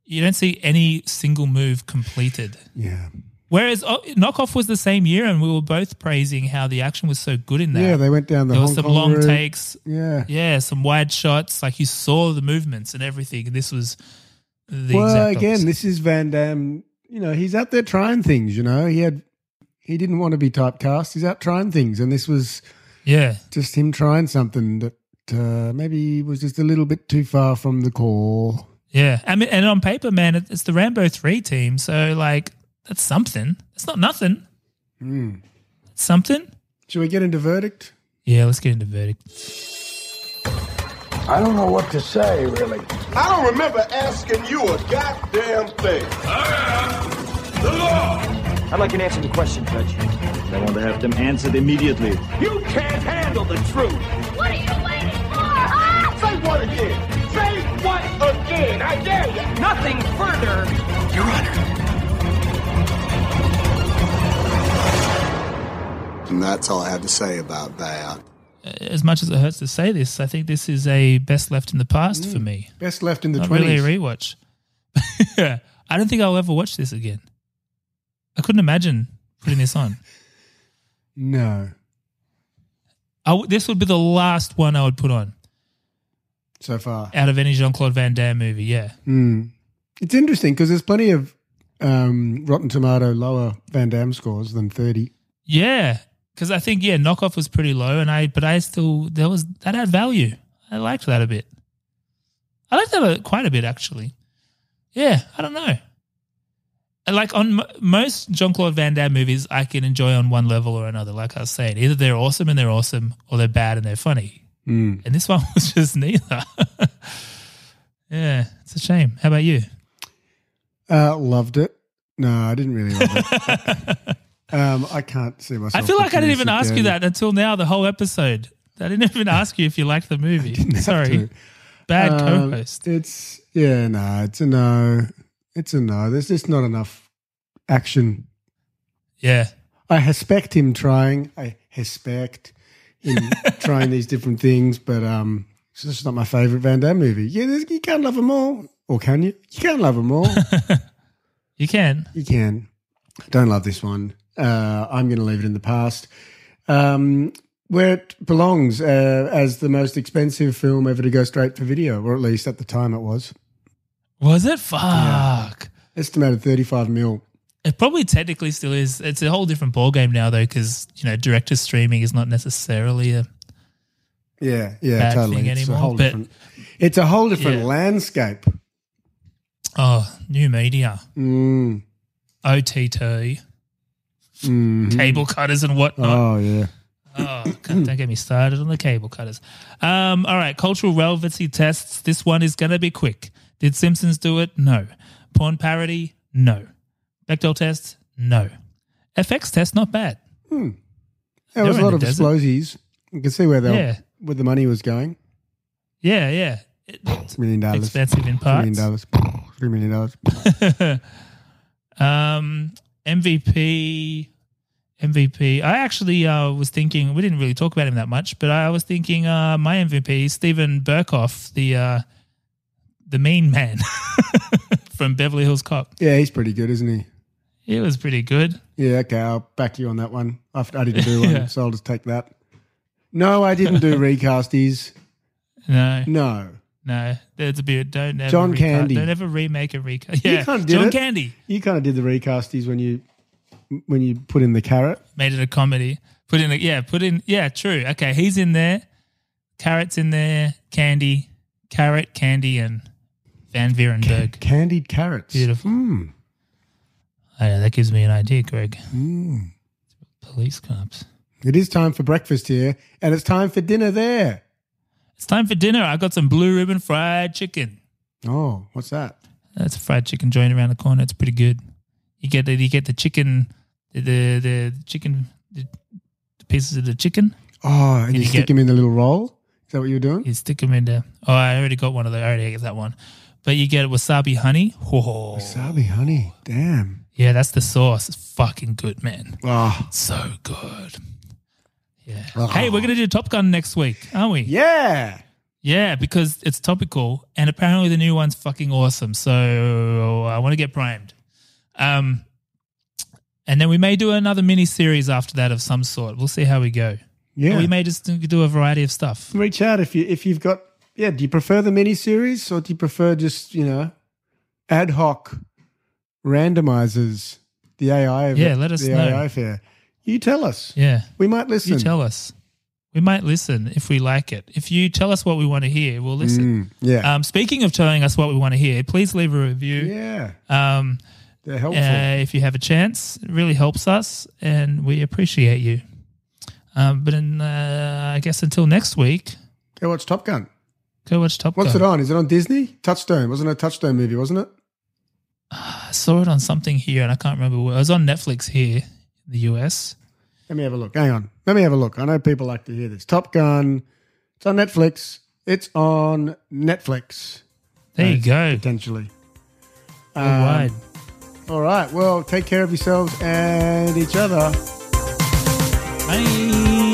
[SPEAKER 4] You don't see any single move completed.
[SPEAKER 5] Yeah,
[SPEAKER 4] Whereas oh, Knockoff was the same year, and we were both praising how the action was so good in that.
[SPEAKER 5] yeah, they went down the
[SPEAKER 4] there
[SPEAKER 5] Hong
[SPEAKER 4] was some
[SPEAKER 5] Kong
[SPEAKER 4] long
[SPEAKER 5] route.
[SPEAKER 4] takes,
[SPEAKER 5] Yeah,
[SPEAKER 4] yeah, some wide shots. Like you saw the movements and everything. This was the
[SPEAKER 5] well,
[SPEAKER 4] exact
[SPEAKER 5] again,
[SPEAKER 4] opposite.
[SPEAKER 5] this is Van Damme. You know, he's out there trying things. You know, he had he didn't want to be typecast. He's out trying things, and this was
[SPEAKER 4] yeah,
[SPEAKER 5] just him trying something that uh, maybe was just a little bit too far from the core.
[SPEAKER 4] yeah. I mean, and on paper, man, it- it's the Rambo three team. So like that's something. It's not nothing.
[SPEAKER 5] Hmm.
[SPEAKER 4] It's something.
[SPEAKER 5] Should we get into verdict?
[SPEAKER 4] Yeah, let's get into verdict.
[SPEAKER 12] I don't know what to say, really.
[SPEAKER 2] I don't remember asking you a goddamn thing. the law. I'd like an answer to the question, Judge.
[SPEAKER 13] I want to have them answered immediately.
[SPEAKER 2] You can't handle the truth. What are you waiting for? Ah! Say what again? Say what again? I dare you. Nothing further. Your Honor.
[SPEAKER 14] And that's all I have to say about that.
[SPEAKER 4] Uh, As much as it hurts to say this, I think this is a best left in the past
[SPEAKER 5] Hmm.
[SPEAKER 4] for me.
[SPEAKER 5] Best left in the
[SPEAKER 4] Not really
[SPEAKER 5] twenties.
[SPEAKER 4] a rewatch. (laughs) I don't think I'll ever watch this again. I couldn't imagine putting this on.
[SPEAKER 5] no,
[SPEAKER 4] I w- this would be the last one I would put on
[SPEAKER 5] so far.
[SPEAKER 4] out of any Jean Claude Van Damme movie. Yeah,
[SPEAKER 5] Mm. It's interesting because there's plenty of um, Rotten Tomato lower Van Damme scores than 30.
[SPEAKER 4] yeah. Because I think yeah, knockoff was pretty low, and I but I still there was that had value. I liked that a bit. I liked that a- quite a bit actually. Yeah, I don't know. And, Like on m- most Jean Claude Van Damme movies, I can enjoy on one level or another. Like I was saying, either they're awesome and they're awesome, or they're bad and they're funny.
[SPEAKER 5] Mm.
[SPEAKER 4] And this (laughs) one was just neither. (laughs) yeah, it's a shame. How about you?
[SPEAKER 5] Uh, loved it. No, I didn't really love
[SPEAKER 4] (laughs)
[SPEAKER 5] it. um, I can't see myself.
[SPEAKER 4] I feel like I
[SPEAKER 5] watching
[SPEAKER 4] didn't
[SPEAKER 5] this
[SPEAKER 4] even ask you
[SPEAKER 5] again.
[SPEAKER 4] that until now, the whole episode. I didn't even ask you if you liked the movie. Sorry. Bad
[SPEAKER 5] Um,
[SPEAKER 4] co host.
[SPEAKER 5] It's yeah, no, it's a no. It's a no. There's just not enough action.
[SPEAKER 4] Yeah.
[SPEAKER 5] I respect him trying. I respect
[SPEAKER 4] (laughs)
[SPEAKER 5] him trying these different things, but um, it's just not my favorite Van Damme movie. Yeah, there's- you can't love them all, or can you? You can't love them
[SPEAKER 4] (laughs)
[SPEAKER 5] all.
[SPEAKER 4] you can.
[SPEAKER 5] You can. Don't love this one. Uh, I'm going to leave it in the past. Um, where it belongs uh, as the most expensive film ever to go straight for video, or at least at the time it was.
[SPEAKER 4] Was it? Fuck.
[SPEAKER 5] Estimated 35 mil.
[SPEAKER 4] It probably technically still is. It's a whole different ballgame now, though, because, you know, director streaming is not necessarily a.
[SPEAKER 5] Yeah, yeah,
[SPEAKER 4] Bad
[SPEAKER 5] totally.
[SPEAKER 4] thing
[SPEAKER 5] it's
[SPEAKER 4] anymore,
[SPEAKER 5] a whole
[SPEAKER 4] but-
[SPEAKER 5] different. It's a whole different landscape.
[SPEAKER 4] Oh, new media.
[SPEAKER 5] Mm,
[SPEAKER 4] OTT.
[SPEAKER 5] mhm.
[SPEAKER 4] Cable cutters and whatnot.
[SPEAKER 5] Oh yeah.
[SPEAKER 4] Oh, God, don't get me started on the cable cutters. Um, all right, cultural relevancy tests. This one is going to be quick. Did Simpsons do it? No. Porn parody? No. Bechdel test? No. FX test? Not bad.
[SPEAKER 5] Hmm. There
[SPEAKER 4] They
[SPEAKER 5] was a
[SPEAKER 4] were
[SPEAKER 5] lot
[SPEAKER 4] in
[SPEAKER 5] of
[SPEAKER 4] the desert.
[SPEAKER 5] explosives. You can see where they
[SPEAKER 4] Yeah.
[SPEAKER 5] where the money was going.
[SPEAKER 4] Yeah, yeah. It-
[SPEAKER 5] Million dollars.
[SPEAKER 4] Expensive in
[SPEAKER 5] Three million
[SPEAKER 4] parts.
[SPEAKER 5] dollars. Three million dollars.
[SPEAKER 4] um, MVP. MVP. I actually uh, was thinking we didn't really talk about him that much, but I was thinking uh, my MVP, Stephen Burkoff, the uh, the mean man (laughs) from Beverly Hills Cop.
[SPEAKER 5] Yeah, he's pretty good, isn't he?
[SPEAKER 4] It was pretty good.
[SPEAKER 5] Yeah, okay, I'll back you on that one. I, I didn't do
[SPEAKER 4] (laughs)
[SPEAKER 5] one,
[SPEAKER 4] Yeah.
[SPEAKER 5] so I'll just take that. No, I didn't
[SPEAKER 4] (laughs)
[SPEAKER 5] do recasties.
[SPEAKER 4] No,
[SPEAKER 5] No.
[SPEAKER 4] no, there's a bit. Don't ever
[SPEAKER 5] John
[SPEAKER 4] reca-
[SPEAKER 5] Candy.
[SPEAKER 4] Don't ever remake a recast. Yeah,
[SPEAKER 5] you kind of did
[SPEAKER 4] John
[SPEAKER 5] it.
[SPEAKER 4] Candy
[SPEAKER 5] You kind of did the recasties when you when you put in the carrot.
[SPEAKER 4] made it a comedy. Put in, a, yeah, put in, yeah, true. Okay, he's in there. Carrots in there. Candy, carrot, candy, and Van Vierenberg.
[SPEAKER 5] Candied carrots.
[SPEAKER 4] Beautiful.
[SPEAKER 5] Mm.
[SPEAKER 4] I know, Oh, that gives me an idea, Greg.
[SPEAKER 5] Mm.
[SPEAKER 4] Police cops.
[SPEAKER 5] It is time for breakfast here, and it's time for dinner there.
[SPEAKER 4] It's time for dinner. I got some blue ribbon fried chicken.
[SPEAKER 5] Oh, what's that?
[SPEAKER 4] That's a fried chicken joint around the corner. It's pretty good. You get the, you get the chicken, the the, the chicken, the, the pieces of the chicken.
[SPEAKER 5] Oh, and,
[SPEAKER 4] And
[SPEAKER 5] you,
[SPEAKER 4] you
[SPEAKER 5] stick
[SPEAKER 4] get-
[SPEAKER 5] him in the little roll. Is that what you were doing?
[SPEAKER 4] You stick them in there. Oh, I already got one of those. I already ate that one. But you get wasabi honey. Oh,
[SPEAKER 5] Wasabi honey. Damn.
[SPEAKER 4] yeah, that's the sauce. It's fucking good, man.
[SPEAKER 5] Oh.
[SPEAKER 4] So good. Yeah.
[SPEAKER 5] Oh.
[SPEAKER 4] Hey, we're gonna do Top Gun next week, aren't we?
[SPEAKER 5] Yeah.
[SPEAKER 4] Yeah, because it's topical, and apparently the new one's fucking awesome. So I want to get primed. Um, and then we may do another mini series after that of some sort. We'll see how we go.
[SPEAKER 5] Yeah.
[SPEAKER 4] Or we Oh, may just do a variety of stuff.
[SPEAKER 5] Reach out if you if you've got yeah. Do you prefer the miniseries or do you prefer just you know ad hoc randomizers? The AI.
[SPEAKER 4] Yeah, let us
[SPEAKER 5] the
[SPEAKER 4] know.
[SPEAKER 5] AI fair. You tell us.
[SPEAKER 4] Yeah.
[SPEAKER 5] We might listen.
[SPEAKER 4] You tell us. We might listen if we like it. If you tell us what we want to hear, we'll listen.
[SPEAKER 5] Mm, yeah.
[SPEAKER 4] Um, speaking of telling us what we want to hear, please leave a review.
[SPEAKER 5] yeah.
[SPEAKER 4] Um,
[SPEAKER 5] They're helpful.
[SPEAKER 4] Uh, if you have a chance, it really helps us, and we appreciate you. Um, but in, uh, I guess until next week,
[SPEAKER 5] Go watch Top Gun.
[SPEAKER 4] go watch Top
[SPEAKER 5] What's
[SPEAKER 4] Gun.
[SPEAKER 5] it on? Is it on Disney? Touchstone. Wasn't it a Touchstone movie? Wasn't it?
[SPEAKER 4] I saw it on something here, and I can't remember where. It was on Netflix here in the US.
[SPEAKER 5] Let me have a look. Hang on. Let me have a look. I know people like to hear this. Top Gun. It's on Netflix. It's on Netflix.
[SPEAKER 4] There you
[SPEAKER 5] Uh,
[SPEAKER 4] go.
[SPEAKER 5] Potentially.
[SPEAKER 4] Worldwide.
[SPEAKER 5] All right. Well, take care of yourselves and each other.
[SPEAKER 4] Bye.